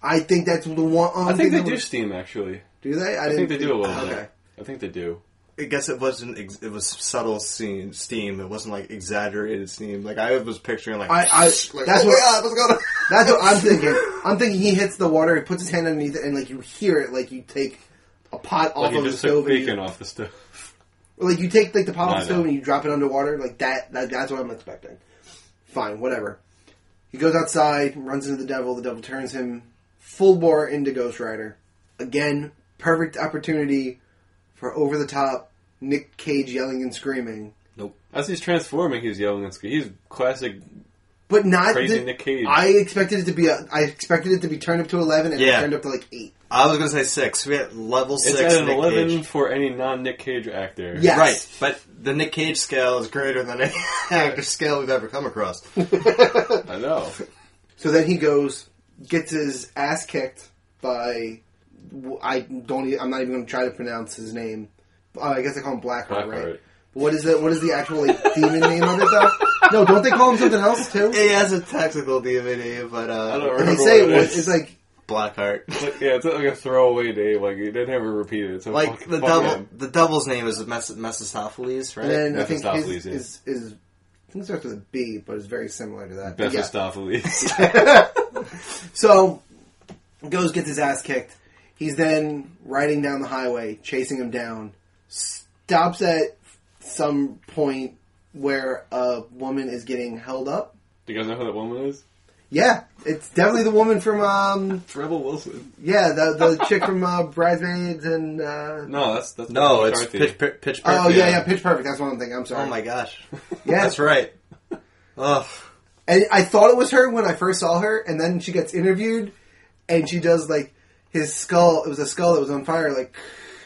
Speaker 3: I think that's the one. um,
Speaker 1: I think they do steam actually.
Speaker 3: Do they?
Speaker 1: I think they do a little
Speaker 3: Okay.
Speaker 1: bit. I think they do.
Speaker 2: I guess it wasn't. Ex- it was subtle scene, steam. It wasn't like exaggerated steam. Like I was picturing, like
Speaker 3: I- I-
Speaker 2: like, oh
Speaker 3: that's what-
Speaker 2: my God, what's going on?
Speaker 3: That's what I'm thinking. I'm thinking he hits the water, he puts his hand underneath it, and like you hear it, like you take a pot off
Speaker 1: Like you
Speaker 3: of the
Speaker 1: just took
Speaker 3: stove, and you-
Speaker 1: bacon off the stove.
Speaker 3: like you take like the pot
Speaker 1: I
Speaker 3: off the stove
Speaker 1: know.
Speaker 3: and you drop it underwater. Like that, that. That's what I'm expecting. Fine, whatever. He goes outside, runs into the devil. The devil turns him full bore into Ghost Rider. Again, perfect opportunity for over the top Nick Cage yelling and screaming,
Speaker 1: As he's transforming, he's yelling and screaming. He's classic
Speaker 3: but not
Speaker 1: crazy
Speaker 3: the-
Speaker 1: Nick Cage.
Speaker 3: I expected it to be a. I expected it to be turned up to eleven, and
Speaker 2: Yeah.
Speaker 3: it turned up to like eight.
Speaker 2: I was gonna say six. We had level
Speaker 1: it's
Speaker 2: six.
Speaker 1: at an
Speaker 2: Nick
Speaker 1: 11
Speaker 2: Cage.
Speaker 1: for any non Nick Cage actor.
Speaker 3: Yes.
Speaker 2: Right, but the Nick Cage scale is greater than any actor scale we've ever come across.
Speaker 1: I know.
Speaker 3: So then he goes, gets his ass kicked by I don't. e- I'm not even going to try to pronounce his name. Uh, I guess they call him Blackheart,
Speaker 1: Blackheart.
Speaker 3: right? What is that? What is the actual like, demon name of it though? No, don't they call him something else too?
Speaker 2: He has a technical DVD, but
Speaker 1: I
Speaker 2: uh,
Speaker 1: don't
Speaker 3: They
Speaker 1: remember
Speaker 3: say
Speaker 1: what
Speaker 3: it
Speaker 1: it
Speaker 3: was,
Speaker 1: is.
Speaker 3: it's like
Speaker 2: Blackheart.
Speaker 1: Like, yeah, it's like a throwaway name. Like, they never repeat it. It's a
Speaker 2: Like
Speaker 1: fucking-
Speaker 2: the
Speaker 1: fuck
Speaker 2: double,
Speaker 1: him.
Speaker 2: the double's name is Mes- Mephistopheles, right?
Speaker 3: and then I think his
Speaker 1: Mephistopheles,
Speaker 3: is,
Speaker 1: yeah.
Speaker 3: is I think it starts with a B, but it's very similar to that. But yeah.
Speaker 1: Mephistopheles.
Speaker 3: So goes gets his ass kicked. He's then riding down the highway, chasing him down. Stops at some point where a woman is getting held up.
Speaker 1: Do you guys know who that woman is?
Speaker 3: Yeah, it's definitely the woman from um
Speaker 1: It's Rebel Wilson.
Speaker 3: yeah the the chick from uh, Bridesmaids and uh,
Speaker 1: No, that's that's
Speaker 2: no, it's
Speaker 1: McCarthy.
Speaker 2: pitch, pitch, pitch
Speaker 3: oh
Speaker 2: Perfect.
Speaker 3: yeah yeah Pitch Perfect. That's what I'm thinking. I'm sorry.
Speaker 2: Oh my gosh,
Speaker 3: yeah,
Speaker 2: that's right. Ugh.
Speaker 3: And I thought it was her when I first saw her, and then she gets interviewed, and she does like his skull. It was a skull that was on fire. Like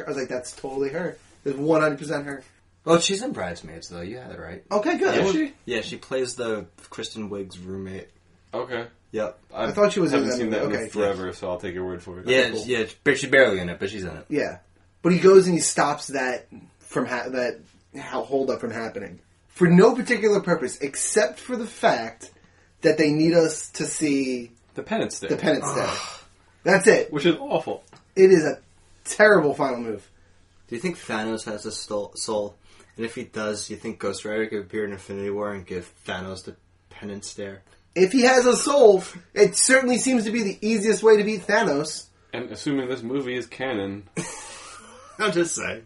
Speaker 3: I was like, that's totally her. It's one hundred percent her.
Speaker 2: Well, she's in Bridesmaids, though. You had it right.
Speaker 3: Okay, good.
Speaker 2: Yeah.
Speaker 3: Is she?
Speaker 2: Yeah, she plays the Kristen Wiig's roommate.
Speaker 1: Okay.
Speaker 2: Yep.
Speaker 1: I,
Speaker 3: thought she was in
Speaker 1: haven't
Speaker 3: that
Speaker 1: seen that
Speaker 3: movie.
Speaker 1: in
Speaker 3: Okay.
Speaker 1: forever, so I'll take your word for it.
Speaker 2: Yeah,
Speaker 3: cool.
Speaker 2: yeah. but She's barely in it, but she's in it.
Speaker 3: Yeah, but he goes and he stops that from ha- that ha- hold up from happening for no particular purpose except for the fact that they need us to see
Speaker 1: The penance thing.
Speaker 3: the penance death. That's it.
Speaker 1: which is awful.
Speaker 3: It is a terrible final move.
Speaker 2: Do you think Thanos has a stol- soul? And if he does, do you think Ghost Rider could appear in Infinity War and give Thanos the penance stare?
Speaker 3: If he has a soul, it certainly seems to be the easiest way to beat Thanos.
Speaker 1: And assuming this movie is canon,
Speaker 2: I'm just saying.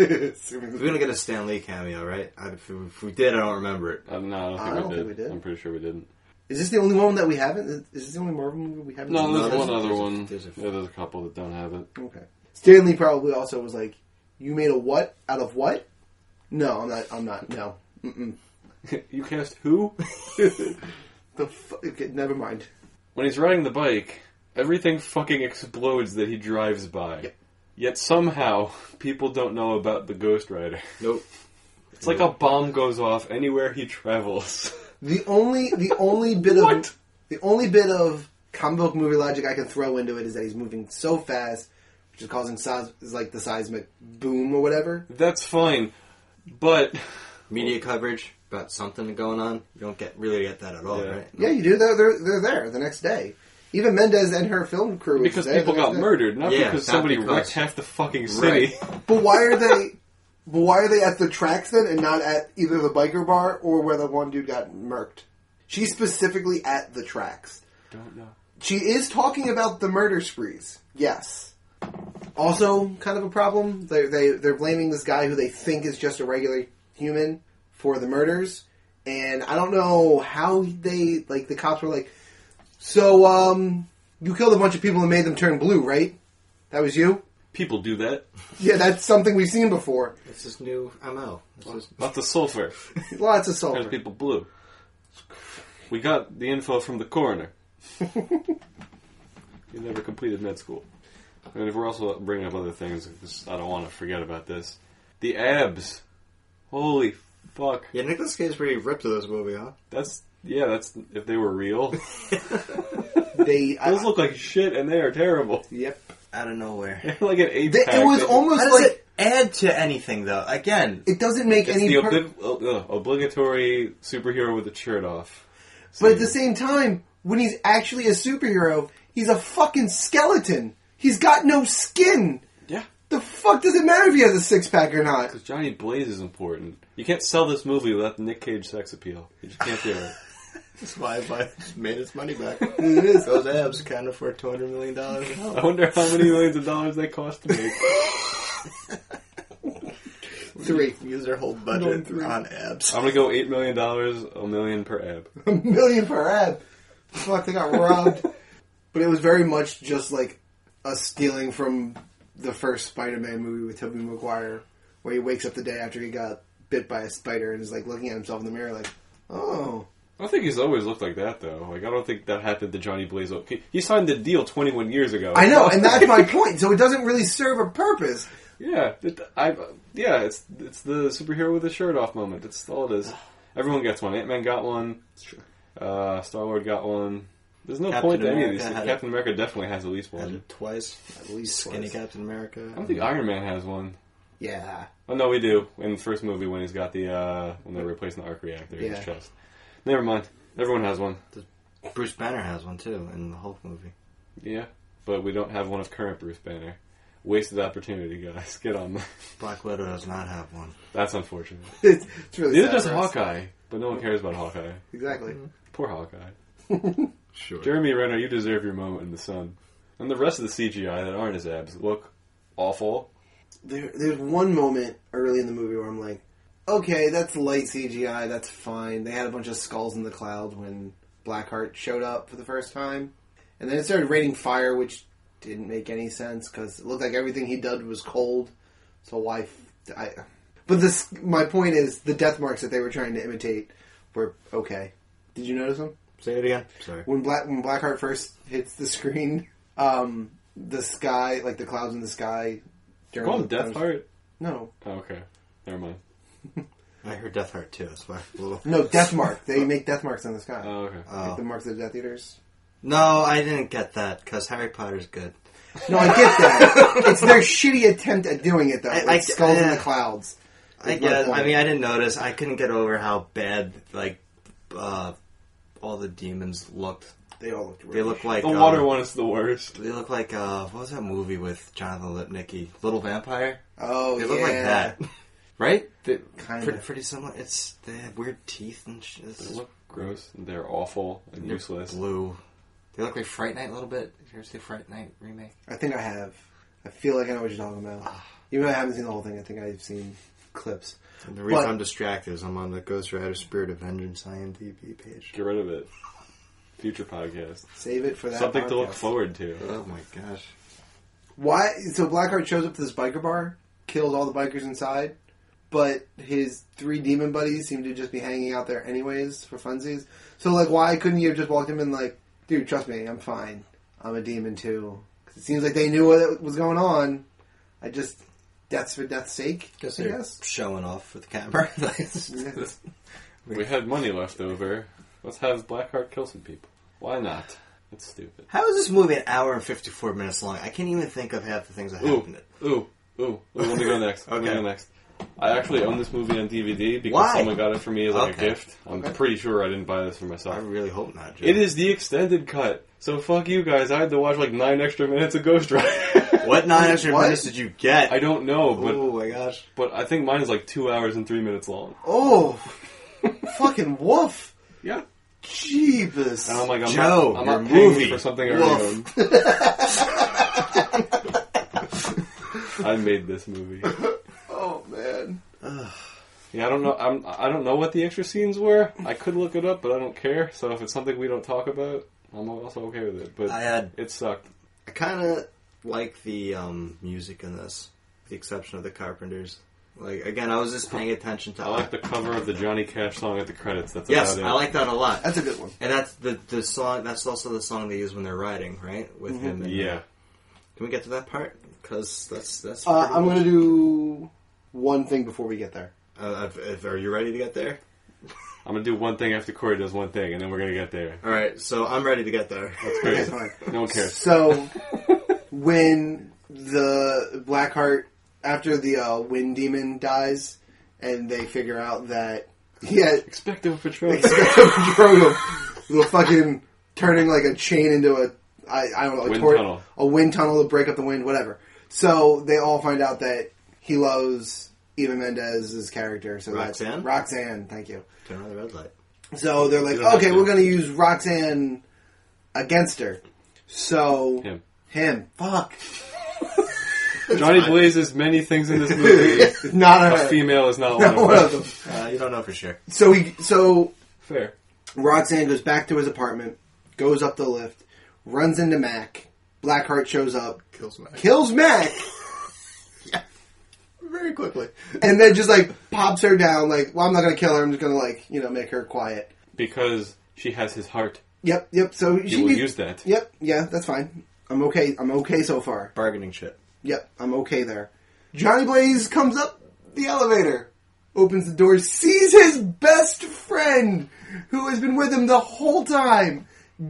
Speaker 3: I
Speaker 2: We're gonna get a Stan Lee cameo, right? I, if, we- if we did, I don't remember it.
Speaker 1: uh, no, I don't, think,
Speaker 3: I
Speaker 1: we
Speaker 3: don't
Speaker 1: did.
Speaker 3: think we did.
Speaker 1: I'm pretty sure we didn't.
Speaker 3: Is this the only one that we haven't? Is this the only Marvel movie we haven't?
Speaker 1: No,
Speaker 3: seen?
Speaker 1: there's,
Speaker 2: there's-
Speaker 1: one other
Speaker 2: there's a-
Speaker 1: one.
Speaker 2: there's a-
Speaker 1: yeah, there's a couple that don't have it.
Speaker 3: Okay. Stanley probably also was like, "You made a what out of what?" No, I'm not. I'm not. No. Mm-mm.
Speaker 1: you cast who?
Speaker 3: The fu- okay, never mind.
Speaker 1: when he's riding the bike, everything fucking explodes that he drives by. Yet somehow people don't know about the Ghost Rider.
Speaker 2: Nope.
Speaker 1: It's like a bomb goes off anywhere he travels.
Speaker 3: The only the only bit
Speaker 1: What?
Speaker 3: of the only bit of comic book movie logic I can throw into it is that he's moving so fast, which is causing seis- is like the seismic boom or whatever.
Speaker 1: That's fine, but
Speaker 2: Media coverage about something going on. You don't get really get that at all,
Speaker 1: Yeah.
Speaker 2: right?
Speaker 3: Yeah, you do. They're they're, they're there the next day. Even Mendez and her film crew. is
Speaker 1: because
Speaker 3: there
Speaker 1: people
Speaker 3: the next
Speaker 1: got
Speaker 3: day.
Speaker 1: murdered, not
Speaker 2: Yeah,
Speaker 1: because
Speaker 2: not
Speaker 1: somebody
Speaker 2: because-
Speaker 1: wrecked half the fucking city.
Speaker 3: But why are they? but why are they at the tracks then, and not at either the biker bar or where the one dude got murked? She's specifically at the tracks.
Speaker 1: Don't know.
Speaker 3: She is talking about the murder sprees. Yes. Also, kind of a problem. They they they're blaming this guy who they think is just a regular human for the murders, and I don't know how they like the cops were like. So um, You killed a bunch of people and made them turn blue, right? That was you?
Speaker 1: People do that.
Speaker 3: Yeah, that's something we've seen before.
Speaker 2: It's his new MO. This is-
Speaker 1: Lots of sulfur.
Speaker 3: Lots of
Speaker 1: There's
Speaker 3: sulfur.
Speaker 1: people blue. We got the info from the coroner. he never completed med school. And if we're also bringing up other things, 'cause I don't want to forget about this. The abs. Holy fuck.
Speaker 2: Yeah, Nicholas Cage pretty ripped to this movie, huh?
Speaker 1: That's yeah. That's if they were real.
Speaker 3: They I,
Speaker 1: Those look like shit, and they are terrible.
Speaker 3: yep.
Speaker 2: Out of nowhere.
Speaker 1: They're like an eight.
Speaker 3: They- it was
Speaker 2: How
Speaker 3: almost
Speaker 2: does
Speaker 3: like it,
Speaker 2: it add to anything, though? Again,
Speaker 3: doesn't make
Speaker 1: It's
Speaker 3: any.
Speaker 1: the
Speaker 3: per-
Speaker 1: obli- uh, uh, obligatory superhero with the shirt off.
Speaker 3: but at the same time, when he's actually a superhero, he's a fucking skeleton. He's got no skin.
Speaker 1: yeah,
Speaker 3: The fuck does it matter if he has a six pack or not?
Speaker 1: because Johnny Blaze is important. You can't sell this movie without the Nick Cage sex appeal. You just can't do it.
Speaker 2: that's why I made its money back.
Speaker 3: It is.
Speaker 2: Those abs count for two hundred million dollars.
Speaker 1: I wonder how many millions of dollars they cost to make.
Speaker 3: Three.
Speaker 2: Use their whole
Speaker 3: Going
Speaker 2: budget
Speaker 3: three.
Speaker 2: on abs.
Speaker 1: I'm gonna go eight million dollars, a million per ab.
Speaker 3: a million per ad. Fuck, they got robbed. but it was very much just like us stealing from the first Spider-Man movie with Tobey Maguire, where he wakes up the day after he got bit by a spider and is like looking at himself in the mirror, like, oh,
Speaker 1: I don't think he's always looked like that though. Like I don't think that happened to Johnny Blaze. He- He signed the deal 21 years ago.
Speaker 3: I know, and that's my point. So it doesn't really serve a purpose.
Speaker 1: Yeah, it, I yeah, it's it's the superhero with the shirt off moment. That's all it is. Everyone gets one. Ant Man got one. Uh, Star Lord got one. There's no
Speaker 2: Captain
Speaker 1: point to any of
Speaker 2: America
Speaker 1: these.
Speaker 2: had-
Speaker 1: Captain America definitely has at least one.
Speaker 2: Twice, at least. Skinny Captain America.
Speaker 1: I don't think Iron Man has one.
Speaker 3: Yeah,
Speaker 1: Oh no, we do in the first movie when he's got the uh, when they're replacing the arc reactor in
Speaker 3: Yeah.
Speaker 1: his chest. Never mind. Everyone has one.
Speaker 2: Bruce Banner has one too in the Hulk movie.
Speaker 1: Yeah, but we don't have one of current Bruce Banner. Wasted opportunity, guys. Get on that.
Speaker 2: Black Widow does not have one.
Speaker 1: That's unfortunate.
Speaker 3: it's, it's really
Speaker 1: Neither
Speaker 3: sad
Speaker 1: does
Speaker 3: for us.
Speaker 1: Hawkeye, but no one cares about Hawkeye.
Speaker 3: Exactly.
Speaker 1: Poor Hawkeye.
Speaker 2: Sure.
Speaker 1: Jeremy Renner, you deserve your moment in the sun. And the rest of the CGI that aren't his abs look awful.
Speaker 3: There, there's one moment early in the movie where I'm like, okay, that's light CGI, that's fine. They had a bunch of skulls in the cloud when Blackheart showed up for the first time. And then it started raining fire, which didn't make any sense because it looked like everything he did was cold. So why? F- I, but this, my point is, the death marks that they were trying to imitate were okay. Did you notice them?
Speaker 2: Say it again. Sorry.
Speaker 3: when Black when Blackheart first hits the screen, um, the sky, like the clouds in the sky, during
Speaker 1: Call him
Speaker 3: the-
Speaker 1: Death Heart?
Speaker 3: No,
Speaker 1: Oh, okay. Never mind.
Speaker 2: I heard Death Heart too. That's why. I'm a little-
Speaker 3: no, death mark. They make death marks on the sky,
Speaker 1: Oh, okay.
Speaker 3: like the
Speaker 2: Oh.
Speaker 3: marks of the Death Eaters.
Speaker 2: No, I didn't get that because Harry Potter's good.
Speaker 3: No, I get that. it's their shitty attempt at doing it though.
Speaker 2: I-
Speaker 3: like
Speaker 2: I-
Speaker 3: skulls in
Speaker 2: yeah.
Speaker 3: the clouds.
Speaker 2: I
Speaker 3: Is my
Speaker 2: guess. I
Speaker 3: point.
Speaker 2: mean, I didn't notice. I couldn't get over how bad like uh, all the demons looked.
Speaker 3: They all looked. Really
Speaker 2: They look
Speaker 3: Oh
Speaker 2: like
Speaker 1: the
Speaker 2: um,
Speaker 1: water one is the worst.
Speaker 2: They look like uh, what was that movie with Jonathan Lipnicki? Little Vampire.
Speaker 3: Oh,
Speaker 2: They look like
Speaker 3: yeah.
Speaker 2: that, right? They,
Speaker 3: Kinda.
Speaker 2: pretty, pretty similar. It's they have weird teeth and shit. It's
Speaker 1: They look gross. They're awful and useless.
Speaker 2: blue. They look like Fright Night a little bit. Did you ever see Fright Night remake?
Speaker 3: I think I have. I feel like I know what you're talking about.
Speaker 2: Ah.
Speaker 3: Even though I haven't seen the whole thing, I think I've seen clips.
Speaker 2: The
Speaker 3: reason But- I'm
Speaker 2: distracted is I'm on the Ghost Rider Spirit of Vengeance IMDb page.
Speaker 1: Get rid of it. Future podcast.
Speaker 3: Save it for that.
Speaker 1: Something to look
Speaker 3: podcast.
Speaker 1: forward to.
Speaker 2: Oh my gosh!
Speaker 3: Why? So Blackheart shows up to this biker bar, kills all the bikers inside, but his three demon buddies seem to just be hanging out there anyways for funsies. So like, why couldn't you have just walked him in like, dude, trust me, I'm fine. I'm a demon too. 'Cause it seems like they knew what was going on. I just death's for death's sake. I
Speaker 2: they're
Speaker 3: guess.
Speaker 2: showing off with the camera.
Speaker 1: We had money left over. Let's have Blackheart kill some people. Why not? That's stupid.
Speaker 2: How is this movie an hour and fifty four minutes long? I can't even think of half the things that
Speaker 1: Ooh,
Speaker 2: happened.
Speaker 1: ooh, ooh, ooh. Let me go next. Let me
Speaker 2: Okay.
Speaker 1: go next. I actually own this movie on DVD because
Speaker 2: Why?
Speaker 1: someone got it for me as like
Speaker 2: Okay.
Speaker 1: a gift. I'm pretty sure I didn't buy this for myself.
Speaker 2: I really hope not. Joe.
Speaker 1: It is the extended cut, so fuck you guys. I had to watch like nine extra minutes of Ghost Rider.
Speaker 2: What nine extra
Speaker 3: What?
Speaker 2: minutes did you get?
Speaker 1: I don't know, but
Speaker 2: oh my gosh!
Speaker 1: but I think mine's like two hours and three minutes long.
Speaker 3: Oh, fucking woof!
Speaker 1: Yeah.
Speaker 3: Jeebus!
Speaker 1: And I'm like, I'm
Speaker 2: Joe,
Speaker 1: not, I'm
Speaker 2: your
Speaker 1: not paying
Speaker 2: movie.
Speaker 1: for something I already
Speaker 2: Woof.
Speaker 1: own. I made this movie.
Speaker 3: oh man.
Speaker 1: Yeah, I don't know. I'm, I don't know what the extra scenes were. I could look it up, but I don't care. So if it's something we don't talk about, I'm also okay with it, but
Speaker 2: I had-
Speaker 1: it sucked.
Speaker 2: I kind of like the um, music in this, with the exception of the Carpenters. Like again, I was just paying attention to.
Speaker 1: I like the cover of the Johnny Cash song at the credits. That's
Speaker 2: yes,
Speaker 1: about it.
Speaker 2: I like that a lot.
Speaker 3: That's a good one.
Speaker 2: and that's the the song. That's also the song they use when they're riding, right? With
Speaker 3: Mm-hmm.
Speaker 2: him. And
Speaker 1: Yeah,
Speaker 2: Can we get to that part? Because that's that's.
Speaker 3: Uh, I'm
Speaker 2: pretty-
Speaker 3: going to do one thing before we get there.
Speaker 2: Uh, if- if- are you ready to get there?
Speaker 1: I'm gonna do one thing after Corey does one thing, and then we're gonna get there.
Speaker 2: All right, so I'm ready to get there.
Speaker 3: Okay, fine.
Speaker 1: No one cares.
Speaker 3: So when the Blackheart after the uh, wind demon dies, and they figure out that yeah,
Speaker 1: Expecto Patronum.
Speaker 3: Drogo, the fucking turning like a chain into a I, I don't know a
Speaker 1: Wind
Speaker 3: tor-
Speaker 1: tunnel.
Speaker 3: a wind tunnel to break up the wind, whatever. So they all find out that he loves Eva Mendez's character. So
Speaker 2: Roxanne?
Speaker 3: that's Roxanne. Thank you.
Speaker 2: Turn on the red light.
Speaker 3: So they're like,
Speaker 1: You don't have
Speaker 3: okay,
Speaker 1: to.
Speaker 3: we're going to use Roxanne against her. So
Speaker 1: Him.
Speaker 3: him, fuck,
Speaker 1: Johnny Blaze's many things in this movie.
Speaker 3: not
Speaker 1: a
Speaker 3: a,
Speaker 1: female is not
Speaker 3: not
Speaker 1: one
Speaker 3: one
Speaker 1: of
Speaker 3: of
Speaker 1: them.
Speaker 3: them.
Speaker 2: Uh, you don't know for sure.
Speaker 3: So he, so
Speaker 1: Fair.
Speaker 3: Roxanne goes back to his apartment, goes up the lift, runs into Mac. Blackheart shows up,
Speaker 2: Kills Mac.
Speaker 3: kills Mac,
Speaker 2: Very quickly.
Speaker 3: and then just like pops her down. Like, well, I'm not gonna kill her. I'm just gonna like you know make her quiet.
Speaker 1: Because she has his heart.
Speaker 3: Yep, yep. So
Speaker 1: He will use that.
Speaker 3: Yep, yeah, that's fine. I'm okay. I'm okay so far.
Speaker 2: Bargaining shit.
Speaker 3: Yep, I'm okay there. Johnny Blaze comes up the elevator, opens the door, sees his best friend, who has been with him the whole time,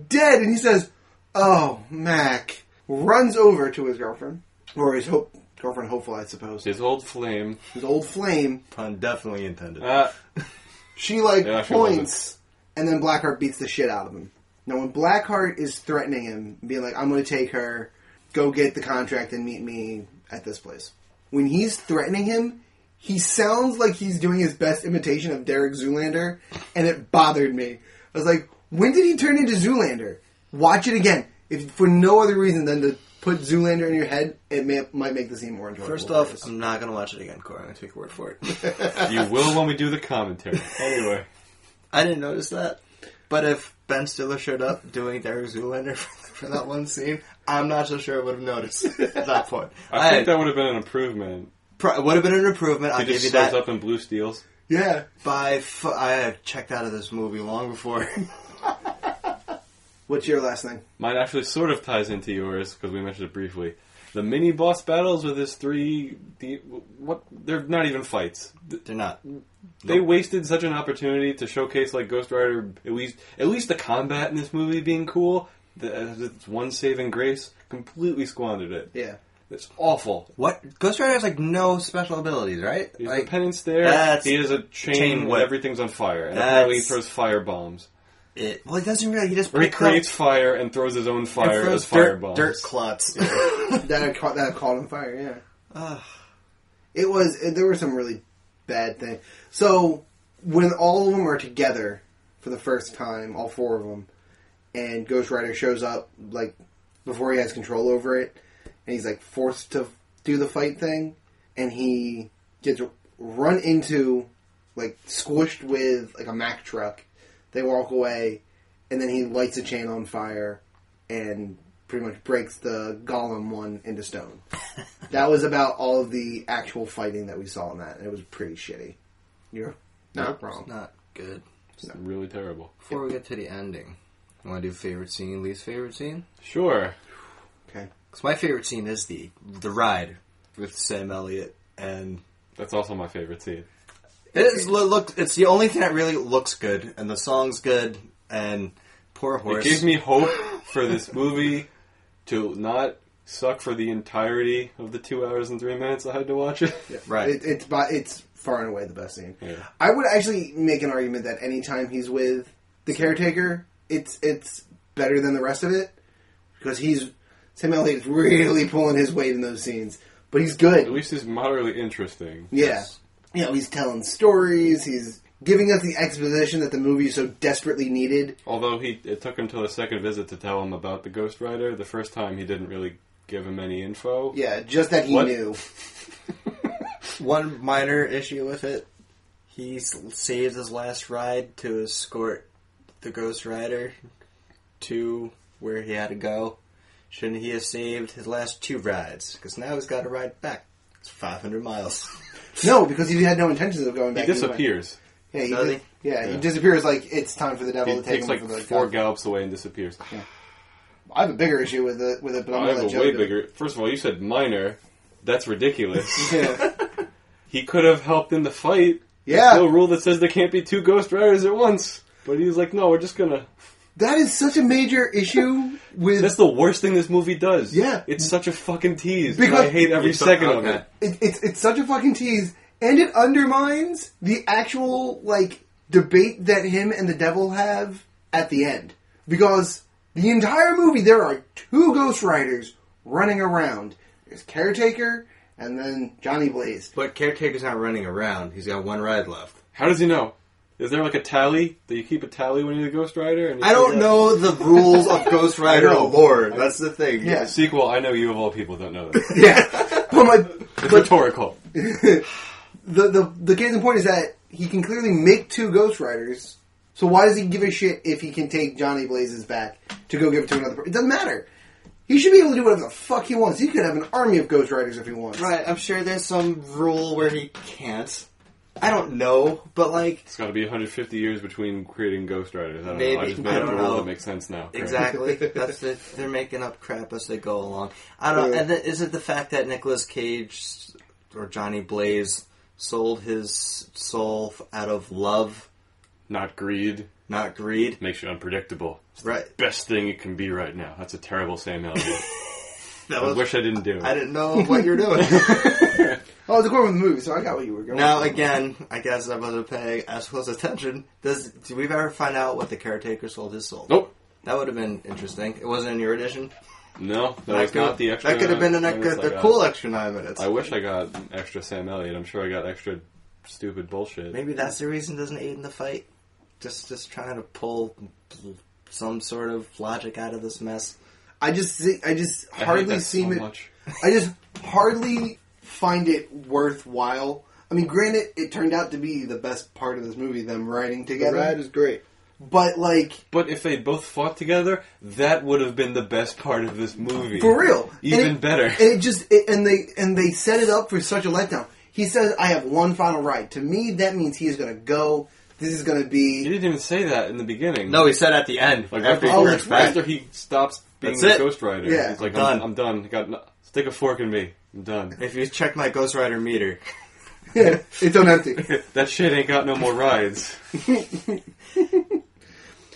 Speaker 3: dead, and he says, Oh, Mac. Runs over to his girlfriend, or his hope, girlfriend, hopeful, I suppose.
Speaker 1: His old flame.
Speaker 3: His old flame.
Speaker 2: Pun definitely intended.
Speaker 1: Uh,
Speaker 3: She, like,
Speaker 1: It actually
Speaker 3: points, and then Blackheart beats the shit out of him. Now, when Blackheart is threatening him, being like, I'm going to take her, go get the contract and meet me at this place. When he's threatening him, he sounds like he's doing his best imitation of Derek Zoolander, and it bothered me. I was like, when did he turn into Zoolander? Watch it again. If for no other reason than to put Zoolander in your head, it may, might make the scene more enjoyable.
Speaker 2: First off, I'm not gonna watch it again, Corey. I'm gonna take your word for it.
Speaker 1: you will when we do the commentary. Anyway.
Speaker 2: I didn't notice that. But if Ben Stiller showed up doing Derek Zoolander for, for that one scene, I'm not so sure I would have noticed at that point.
Speaker 1: I think that would have been an improvement.
Speaker 2: pro- would have been an improvement. I'll
Speaker 1: He
Speaker 2: give
Speaker 1: just
Speaker 2: you
Speaker 1: shows
Speaker 2: that.
Speaker 1: up in blue steels.
Speaker 3: yeah,
Speaker 2: By f- I have checked out of this movie long before.
Speaker 3: what's your last thing?
Speaker 1: Mine actually sort of ties into yours because we mentioned it briefly. The mini boss battles with his three, the, what? They're not even fights. Th-
Speaker 2: They're not.
Speaker 1: They wasted such an opportunity to showcase like Ghost Rider. At least, at least the combat in this movie being cool. The, uh, it's one saving grace. Completely squandered it.
Speaker 3: Yeah.
Speaker 1: It's awful.
Speaker 2: What Ghost Rider has like no special abilities, right?
Speaker 1: He's
Speaker 2: Like,
Speaker 1: the penance there.
Speaker 2: that's-
Speaker 1: he has a chain,
Speaker 2: chain
Speaker 1: where
Speaker 2: whip.
Speaker 1: everything's on fire, and apparently he
Speaker 2: That's-
Speaker 1: throws fire bombs.
Speaker 2: it, well, he doesn't really. He just
Speaker 1: Or he
Speaker 2: picks up
Speaker 1: creates fire and throws his own
Speaker 2: and
Speaker 1: fire
Speaker 2: throws
Speaker 1: as fire
Speaker 2: dirt,
Speaker 1: bombs.
Speaker 2: dirt clots.
Speaker 3: That caught that caught on fire. Yeah.
Speaker 2: Ugh.
Speaker 3: It was it- there were some really bad things. So when all of them are together for the first time, all four of them, and Ghost Rider shows up like before he has control over it, and he's like forced to do the fight thing, and he gets run into, like squished with like a Mack truck. They walk away, and then he lights a chain on fire, and pretty much breaks the Gollum one into stone. That was about all of the actual fighting that we saw in that. and It was pretty shitty. You're not
Speaker 2: It's
Speaker 3: wrong.
Speaker 2: not good.
Speaker 1: It's really terrible.
Speaker 2: Before we get to the ending, you want to do favorite scene, least favorite scene?
Speaker 1: Sure.
Speaker 3: Okay.
Speaker 2: Because my favorite scene is the the ride with Sam Elliott, and
Speaker 1: That's also my favorite scene.
Speaker 2: it is, lo- look. It's the only thing that really looks good, and the song's good, and poor
Speaker 1: It
Speaker 2: horse.
Speaker 1: gave me hope for this movie to not suck for the entirety of the two hours and three minutes I had to watch it.
Speaker 2: right.
Speaker 3: It, it's by, it's far and away the best scene.
Speaker 1: Yeah.
Speaker 3: I would actually make an argument that anytime he's with the caretaker, it's it's better than the rest of it because he's Sam Elliott's really pulling his weight in those scenes. But he's
Speaker 1: At
Speaker 3: good.
Speaker 1: least it's moderately interesting.
Speaker 3: Yeah.
Speaker 2: Yes.
Speaker 3: You know, he's telling stories. He's giving us the exposition that the movie so desperately needed.
Speaker 1: Although he, it took him till the second visit to tell him about the Ghost Rider. The first time he didn't really give him any info.
Speaker 3: Yeah, just that he
Speaker 1: What?
Speaker 3: knew.
Speaker 2: One minor issue with it: he s- saves his last ride to escort the Ghost Rider to where he had to go, shouldn't he have saved his last two rides? Because now he's got to ride back. It's 500 miles.
Speaker 3: No, because he had no intentions of going
Speaker 1: He
Speaker 3: back. anyway.
Speaker 1: disappears.
Speaker 3: Yeah, he,
Speaker 2: Does
Speaker 3: dis- yeah,
Speaker 1: Yeah.
Speaker 3: he disappears like it's time for the devil
Speaker 1: He
Speaker 3: to take
Speaker 1: takes
Speaker 3: him.
Speaker 1: like
Speaker 3: for the
Speaker 1: four
Speaker 3: God.
Speaker 1: gallops away and disappears.
Speaker 3: I have a bigger issue with it, with it, but I'm
Speaker 1: I
Speaker 3: gonna
Speaker 1: have
Speaker 3: let
Speaker 1: a
Speaker 3: Joe
Speaker 1: way
Speaker 3: do it.
Speaker 1: bigger. First of all, you said minor. That's ridiculous.
Speaker 3: Yeah.
Speaker 1: he could have helped in the fight.
Speaker 3: Yeah.
Speaker 1: There's no rule that says there can't be two Ghost Riders at once. But he's like, no, we're just gonna.
Speaker 3: that is such a major issue with
Speaker 1: That's the worst thing this movie does.
Speaker 3: Yeah.
Speaker 1: It's such a fucking tease.
Speaker 3: Because-
Speaker 1: and I hate every
Speaker 4: It's so-
Speaker 1: second of
Speaker 4: okay.
Speaker 1: it.
Speaker 3: it, it's it's such a fucking tease, and it undermines the actual like debate that him and the devil have at the end because the entire movie there are two Ghost Riders running around. There's Caretaker and then Johnny Blaze.
Speaker 2: but Caretaker's not running around. He's got one ride left.
Speaker 1: How does he know? Is there like a tally? Do you keep a tally when you're the Ghost Rider? And you
Speaker 2: I don't
Speaker 1: figure out-
Speaker 2: know the rules of Ghost Rider
Speaker 3: I know.
Speaker 2: lore. That's the thing.
Speaker 3: Yeah.
Speaker 1: Sequel, I know you of all people don't know that.
Speaker 3: Yeah, but my
Speaker 1: It's rhetorical.
Speaker 3: the, the the case in point is that he can clearly make two Ghost Riders. So why does he give a shit if he can take Johnny Blaze's back to go give it to another person? It doesn't matter. He should be able to do whatever the fuck he wants. He could have an army of Ghost Riders if he wants.
Speaker 2: Right, I'm sure there's some rule where he can't. I don't know, but like
Speaker 1: It's got to be 150 years between creating Ghost Riders. I don't know. I
Speaker 2: Maybe.
Speaker 1: just made
Speaker 2: I
Speaker 1: up a
Speaker 2: don't
Speaker 1: rule
Speaker 2: know.
Speaker 1: that makes sense now. Great.
Speaker 2: Exactly. That's it. They're making up crap as they go along. I don't.
Speaker 3: Yeah.
Speaker 2: And then, is it the fact that Nicolas Cage or Johnny Blaze sold his soul f- out of love,
Speaker 1: Not greed
Speaker 2: not greed?
Speaker 1: makes you unpredictable. It's the
Speaker 2: Right.
Speaker 1: best thing it can be right now. That's a terrible Sam Elliott.
Speaker 2: That
Speaker 1: I
Speaker 2: was.
Speaker 1: wish I didn't do it.
Speaker 2: I didn't know what you're doing.
Speaker 3: Oh, it's according to the movie, so I got what you were going.
Speaker 2: now
Speaker 3: for.
Speaker 2: again, I guess I wasn't paying as close attention. Does do we ever find out what the caretaker sold his soul?
Speaker 1: Nope.
Speaker 2: That would have been interesting. It wasn't in your edition.
Speaker 1: No, that, was
Speaker 2: could-
Speaker 1: not the extra.
Speaker 2: That could have been an
Speaker 1: minutes
Speaker 2: extra,
Speaker 1: I
Speaker 2: the
Speaker 1: got.
Speaker 2: cool extra nine minutes.
Speaker 1: I wish I got extra Sam Elliott. I'm sure I got extra stupid bullshit.
Speaker 2: Maybe that's the reason he doesn't aid in the fight. Just just trying to pull some sort of logic out of this mess.
Speaker 3: I just see, I just
Speaker 1: I hate
Speaker 3: hardly
Speaker 1: that
Speaker 3: seem
Speaker 1: so
Speaker 3: it.
Speaker 1: much.
Speaker 3: I just hardly find it worthwhile. I mean, granted, it turned out to be the best part of this movie, them riding
Speaker 4: The
Speaker 3: together.
Speaker 4: ride is great.
Speaker 3: but like,
Speaker 1: But if they both fought together, that would have been the best part of this movie.
Speaker 3: For real.
Speaker 1: Even
Speaker 3: And it-
Speaker 1: better.
Speaker 3: And it just it, and they and they set it up for such a letdown. He says, "I have one final ride." To me, that means he is going to go. This is going to
Speaker 1: he
Speaker 3: be.
Speaker 1: didn't even say that in the beginning.
Speaker 2: No, he said at the end.
Speaker 1: Like after,
Speaker 2: after he
Speaker 3: Oh,
Speaker 2: turns
Speaker 3: that's
Speaker 2: back.
Speaker 1: after he stops being
Speaker 2: That's
Speaker 1: the
Speaker 2: it.
Speaker 1: Ghost Rider,
Speaker 3: Yeah.
Speaker 1: he's like,
Speaker 2: I'm
Speaker 1: I'm,
Speaker 2: done.
Speaker 1: I'm done. Got no- stick a fork in me. I'm done.
Speaker 2: If you check my Ghost Rider meter,
Speaker 3: Yeah, it's on empty.
Speaker 1: that shit ain't got no more rides.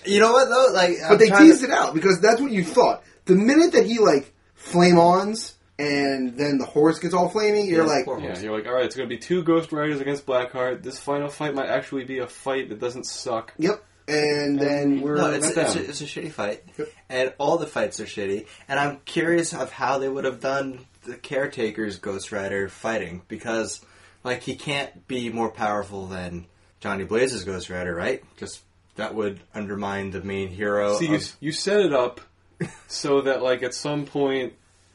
Speaker 2: you know what though? Like,
Speaker 3: But they teased it out because that's what you thought. The minute that he like flame ons and then the horse gets all flamey, you're
Speaker 2: Yeah,
Speaker 3: like,
Speaker 2: poor
Speaker 1: Yeah, you're like, all right, it's gonna be two Ghost Riders against Blackheart. This final fight might actually be a fight that doesn't suck.
Speaker 3: "Yep." And then we're
Speaker 2: No, it's,
Speaker 1: Not
Speaker 2: it's,
Speaker 1: them.
Speaker 2: a, it's a shitty fight, and all the fights are shitty. And I'm curious of how they would have done the caretaker's Ghost Rider fighting because, like, he can't be more powerful than Johnny Blaze's Ghost Rider, right? Just that would undermine the main hero.
Speaker 1: See,
Speaker 2: of
Speaker 1: you, you set it up so that like at some point,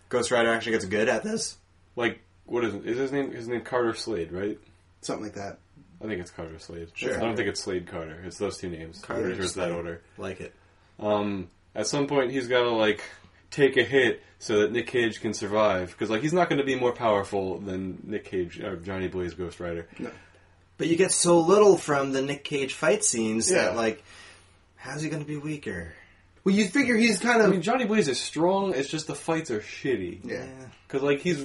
Speaker 2: Ghost Rider actually gets good at this.
Speaker 1: like what is it? Is his name? His name Carter Slade, right?
Speaker 3: something like that.
Speaker 1: I think it's Carter Slade.
Speaker 2: Sure.
Speaker 1: I don't think it's Slade Carter. It's those two names. I'm pretty
Speaker 2: Carter
Speaker 1: sure it's that
Speaker 2: Slade.
Speaker 1: order.
Speaker 2: Like it.
Speaker 1: Um, at some point, he's got to like take a hit so that Nick Cage can survive because like he's not going to be more powerful than Nick Cage or Johnny Blaze Ghost Rider.
Speaker 2: But you get so little from the Nick Cage fight scenes
Speaker 1: Yeah.
Speaker 2: that, like, how's he going to be weaker?
Speaker 3: Well, you figure he's kind
Speaker 1: I
Speaker 3: of
Speaker 1: mean, Johnny Blaze is strong. It's just the fights are shitty.
Speaker 3: Yeah.
Speaker 1: Because, like, he's.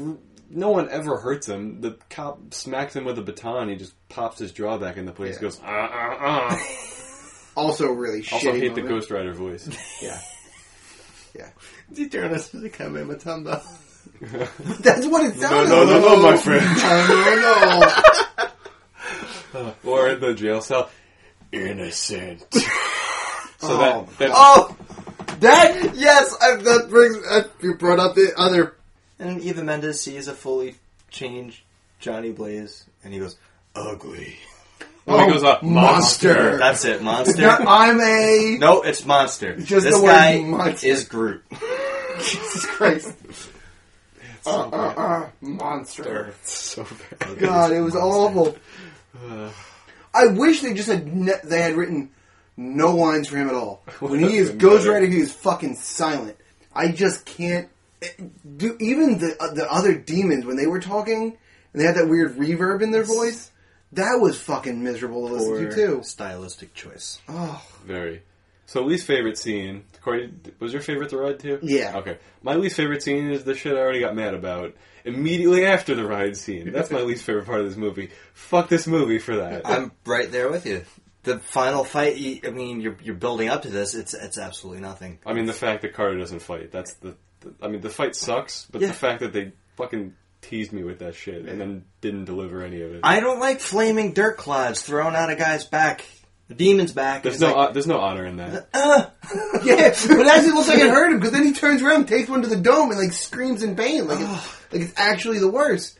Speaker 1: No one ever hurts him. The cop smacks him with a baton. He just pops his jaw back into place.
Speaker 3: Yeah.
Speaker 1: Goes, ah, ah, ah.
Speaker 3: also really shitty.
Speaker 1: Also, hate the
Speaker 3: moment.
Speaker 1: Ghost Rider voice.
Speaker 3: Yeah, yeah.
Speaker 2: Did you turn us to come in with Tumbo?
Speaker 3: That's what it
Speaker 1: no,
Speaker 3: sounded
Speaker 1: no, no,
Speaker 3: like.
Speaker 1: no, my friend.
Speaker 3: no, no, no.
Speaker 1: Or the jail cell. Innocent. so
Speaker 3: Oh.
Speaker 1: that. that
Speaker 2: Oh!
Speaker 3: That uh,
Speaker 2: Yes, I, that brings. I,
Speaker 3: you brought up the other.
Speaker 2: and Eva Mendes sees a fully changed Johnny Blaze, and he goes, "Ugly."
Speaker 1: when Oh, he goes uh, up,
Speaker 3: monster.
Speaker 2: That's it,
Speaker 3: Now,
Speaker 2: monster.
Speaker 3: I'm a
Speaker 2: no, it's monster.
Speaker 3: Just
Speaker 2: this
Speaker 3: the word
Speaker 2: guy
Speaker 3: monster.
Speaker 2: is Groot.
Speaker 3: Jesus Christ Uh,
Speaker 1: So bad.
Speaker 3: monster.
Speaker 1: So bad.
Speaker 3: God, it was awful. I wish they just had ne- they had written no lines for him at all. When he is
Speaker 1: Doesn't matter.
Speaker 3: Ghost Rider, he is fucking silent. I just can't. eh, Do even the uh, the other demons when they were talking and they had that weird reverb in their voice. That was fucking miserable to listen
Speaker 2: Or
Speaker 3: to too.
Speaker 2: stylistic choice.
Speaker 3: Oh,
Speaker 1: Very. So least favorite scene, Corey, was your favorite the ride too?
Speaker 3: Yeah.
Speaker 1: Okay. My least favorite scene is the shit I already got mad about immediately after the ride scene. That's my least favorite part of this movie. Fuck this movie for that.
Speaker 2: I'm right there with you. The final fight. you- I mean, you're you're building up to this. It's it's absolutely nothing.
Speaker 1: I mean, the fact that Carter doesn't fight. That's the. the I mean, the fight sucks, but
Speaker 2: Yeah.
Speaker 1: the fact that they fucking teased me with that shit and then didn't deliver any of it.
Speaker 2: I don't like flaming dirt clouds thrown out a guy's back. The demon's back.
Speaker 1: there's
Speaker 2: It's
Speaker 1: no.
Speaker 2: like,
Speaker 1: hon- there's no honor in that.
Speaker 3: yeah, but it actually looks like it hurt him because then he turns around, takes one to the dome, and like screams in pain, like it's, like it's actually the worst.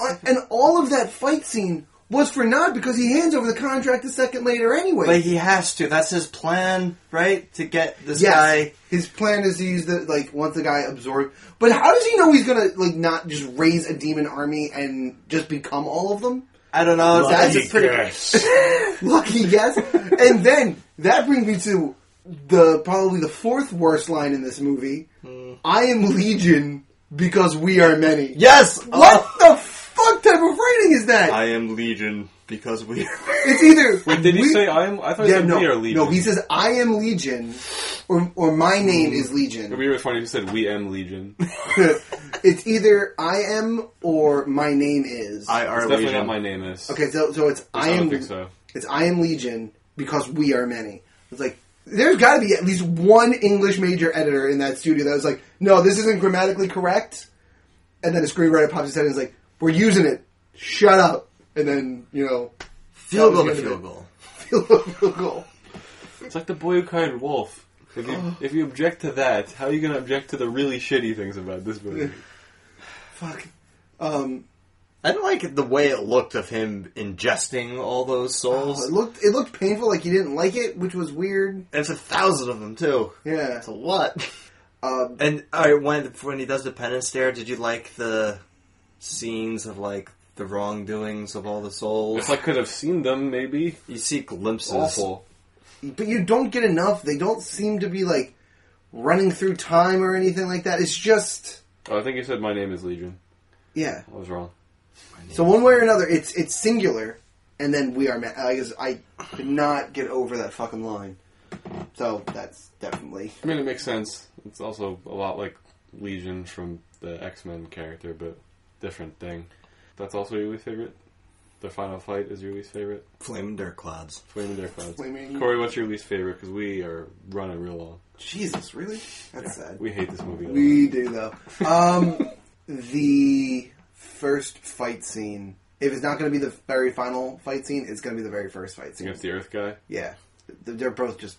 Speaker 3: Uh, And all of that fight scene was for naught because he hands over the contract a second later anyway.
Speaker 2: but he has to. That's his plan, right? To get this
Speaker 3: yes,
Speaker 2: guy.
Speaker 3: his plan is to use the like once the guy absorbs. But how does he know he's gonna like not just raise a demon army and just become all of them?
Speaker 2: I don't know.
Speaker 3: That's
Speaker 2: That's
Speaker 3: a pretty lucky guess. and then that brings me to the probably the fourth worst line in this movie.
Speaker 1: Hmm.
Speaker 3: I am legion because we are many.
Speaker 2: yes.
Speaker 3: What
Speaker 2: Oh.
Speaker 3: the fuck type of writing is that?
Speaker 2: I am Legion because we.
Speaker 3: it's either
Speaker 1: Wait, did he
Speaker 3: we-
Speaker 1: say I'm? I thought he
Speaker 3: yeah,
Speaker 1: said
Speaker 3: no,
Speaker 1: we are legion. Hmm.
Speaker 3: no. He says I am legion, or or my name is
Speaker 1: It'd
Speaker 3: legion.
Speaker 1: be really funny if he said we am legion.
Speaker 3: it's either I am or my name is.
Speaker 2: I are
Speaker 1: It's definitely not my name is.
Speaker 3: okay, so so it's
Speaker 1: I
Speaker 3: I,
Speaker 1: don't
Speaker 3: am.
Speaker 1: think so.
Speaker 3: It's I am Legion because we are many. It's like there's got to be at least one English major editor in that studio that was like, no, this isn't grammatically correct. And then a screenwriter pops his head and is like, we're using it. Shut up. And then you know,
Speaker 2: Field
Speaker 3: That
Speaker 2: goal
Speaker 3: was
Speaker 2: to
Speaker 3: gonna
Speaker 2: field
Speaker 3: be-
Speaker 2: goal.
Speaker 3: goal.
Speaker 1: It's like the boy who cried wolf. If you if you object to that, how are you going to object to the really shitty things about this movie?
Speaker 3: Fuck. Um,
Speaker 2: I didn't like the way it looked of him ingesting all those souls.
Speaker 3: it looked it looked painful, like he didn't like it, which was weird.
Speaker 2: Oh, It's a thousand of them too.
Speaker 3: Yeah.
Speaker 2: That's a lot.
Speaker 3: Um,
Speaker 2: And all right, when when he does the penance there, did you like the scenes of like the wrongdoings of all the souls?
Speaker 1: If I could have seen them, maybe
Speaker 2: you see glimpses.
Speaker 1: awful.
Speaker 3: but you don't get enough. They don't seem to be like running through time or anything like that. It's just
Speaker 1: Oh, I think you said my name is Legion.
Speaker 3: yeah.
Speaker 1: I was wrong.
Speaker 3: So one way or another, it's it's singular, and then we are. Ma- I guess I could not get over that fucking line. So that's definitely
Speaker 1: I mean, it makes sense. It's also a lot like Legion from the X Men character, but different thing. That's also your least favorite. The final fight is your least favorite.
Speaker 2: Flaming dirt clouds.
Speaker 1: Flaming Dark Clouds.
Speaker 3: Flaming-
Speaker 1: Corey, what's your least favorite? Because we are running real long.
Speaker 3: Jesus. Really, that's sad.
Speaker 1: We hate this movie. a
Speaker 3: We
Speaker 1: lot.
Speaker 3: do though. Um, the first fight scene. If it's not going to be the very final fight scene, it's going to be the very first fight scene.
Speaker 1: against the Earth guy.
Speaker 3: Yeah, Th- they're both just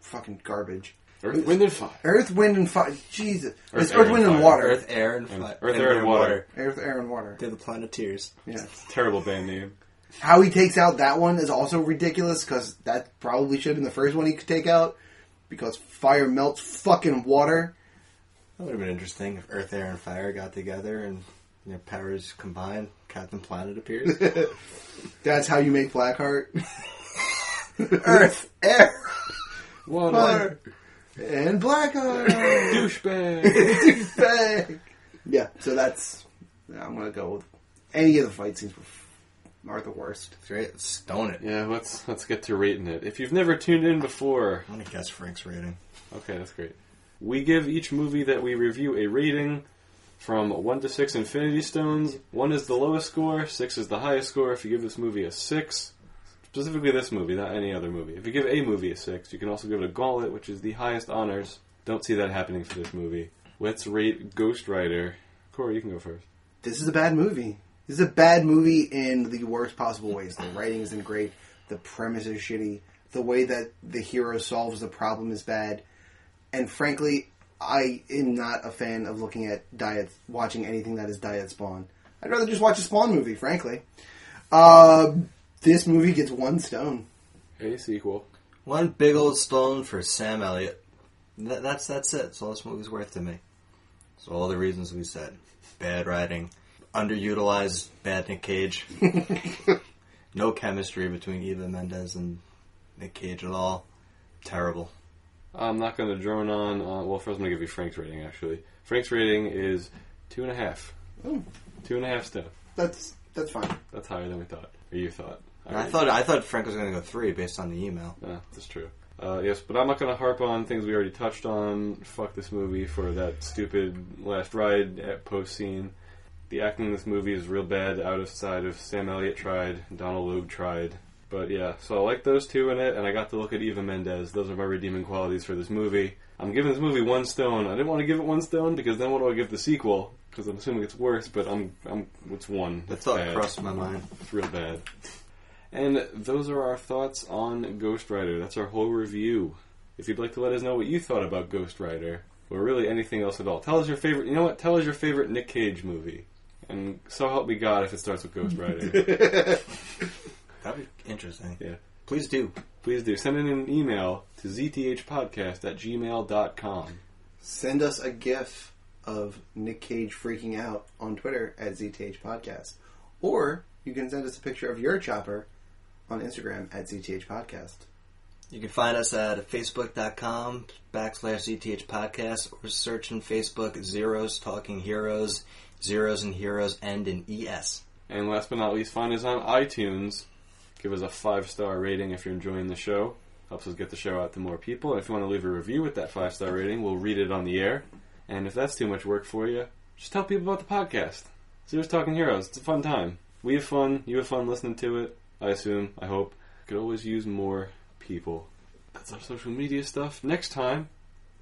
Speaker 3: fucking garbage.
Speaker 1: Earth, Wind, and Fire.
Speaker 3: Earth, wind, and fire. Jesus,
Speaker 1: Earth,
Speaker 3: it's
Speaker 1: air,
Speaker 3: Earth,
Speaker 1: and
Speaker 3: wind, and
Speaker 1: fire.
Speaker 3: water.
Speaker 2: Earth, air, and, fi-
Speaker 1: Earth, air, and water.
Speaker 3: Earth, air, and water.
Speaker 2: They're the planeteers.
Speaker 3: Yeah.
Speaker 1: Terrible band name.
Speaker 3: How he takes out that one is also ridiculous because that probably should have been the first one he could take out because fire melts fucking water.
Speaker 2: That would have been interesting if Earth, air, and fire got together and their powers combined. Captain Planet appears.
Speaker 3: That's how you make Blackheart.
Speaker 2: Earth, air.
Speaker 1: Water.
Speaker 3: and Blackheart!
Speaker 1: Douchebag.
Speaker 3: Bang. yeah, so that's. I'm gonna go with any of the fight scenes were- are the worst.
Speaker 2: Great, stone it.
Speaker 1: yeah, let's let's get to rating it. If you've never tuned in before,
Speaker 2: I'm gonna guess Frank's rating.
Speaker 1: Okay, that's great. We give each movie that we review a rating from 1 to 6 Infinity Stones. 1 is the lowest score, 6 is the highest score. If you give this movie a 6, specifically this movie, not any other movie, if you give a movie a 6, you can also give it a gauntlet, which is the highest honors. Don't see that happening for this movie. Let's rate Ghost Rider. Corey, you can go first.
Speaker 3: This is a bad movie. This is a bad movie in the worst possible ways. The writing isn't great. The premise is shitty. The way that the hero solves the problem is bad. And frankly, I am not a fan of looking at diet, watching anything that is diet spawn. I'd rather just watch a spawn movie, frankly. Uh, this movie gets one stone.
Speaker 1: A sequel.
Speaker 2: One big old stone for Sam Elliott. That, that's that's it. That's all this movie's worth to me. It's all the reasons we said. Bad writing, underutilized bad Nick Cage. no chemistry between Eva Mendes and Nick Cage at all. Terrible.
Speaker 1: I'm not going to drone on. Uh, well, first I'm going to give you Frank's rating. Actually, Frank's rating is two and a half.
Speaker 3: Oh,
Speaker 1: Two and a half stone.
Speaker 3: that's that's fine.
Speaker 1: That's higher than we thought. Or you thought.
Speaker 2: And I thought I thought Frank was going to go three based on the email.
Speaker 1: Yeah, that's true. Uh, yes, but I'm not going to harp on things we already touched on. Fuck this movie for that stupid last ride at post scene. The acting in this movie is real bad, out of sight of Sam Elliott tried, Donald Logue tried. But yeah, so I like those two in it, and I got to look at Eva Mendes. Those are my redeeming qualities for this movie. I'm giving this movie one stone. I didn't want to give it one stone because then what do I give the sequel? Because I'm assuming it's worse, but I'm, I'm it's one.
Speaker 2: The
Speaker 1: That's
Speaker 2: thought
Speaker 1: bad.
Speaker 2: crossed my mind.
Speaker 1: It's real bad. And those are our thoughts on Ghost Rider. That's our whole review. If you'd like to let us know what you thought about Ghost Rider, or really anything else at all, tell us your favorite. You know what? Tell us your favorite Nick Cage movie. And so help me God if it starts with Ghost Rider.
Speaker 2: That'd be interesting.
Speaker 1: Yeah.
Speaker 2: Please do.
Speaker 1: Please do. Send in an email to zthpodcast at gmail.com.
Speaker 3: Send us a GIF of Nick Cage freaking out on Twitter at ZTH Podcast, or you can send us a picture of your chopper on Instagram at ZTH Podcast.
Speaker 2: You can find us at facebook.com backslash ZTH podcast or search in Facebook Zeros Talking Heroes, Zeros and Heroes end in E ES.
Speaker 1: And last but not least, find us on iTunes. Give us a five star rating if you're enjoying the show. Helps us get the show out to more people. And if you want to leave a review with that five star rating, we'll read it on the air. And if that's too much work for you, just tell people about the podcast. Serious Talking Heroes. It's a fun time. We have fun. You have fun listening to it. I assume. I hope. Could always use more people. That's our social media stuff. Next time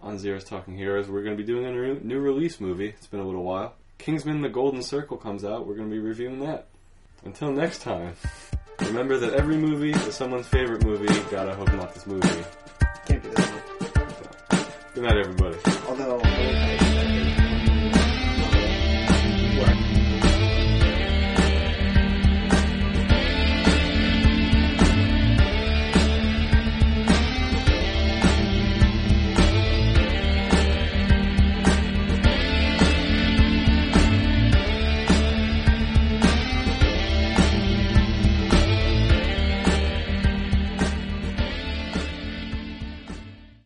Speaker 1: on Zero's Talking Heroes, we're going to be doing a new- new release movie. It's been a little while. Kingsman: The Golden Circle comes out. We're going to be reviewing that. Until next time, remember that every movie is someone's favorite movie. God, I hope not this movie.
Speaker 3: Can't be that one.
Speaker 1: Good night, everybody.
Speaker 3: Although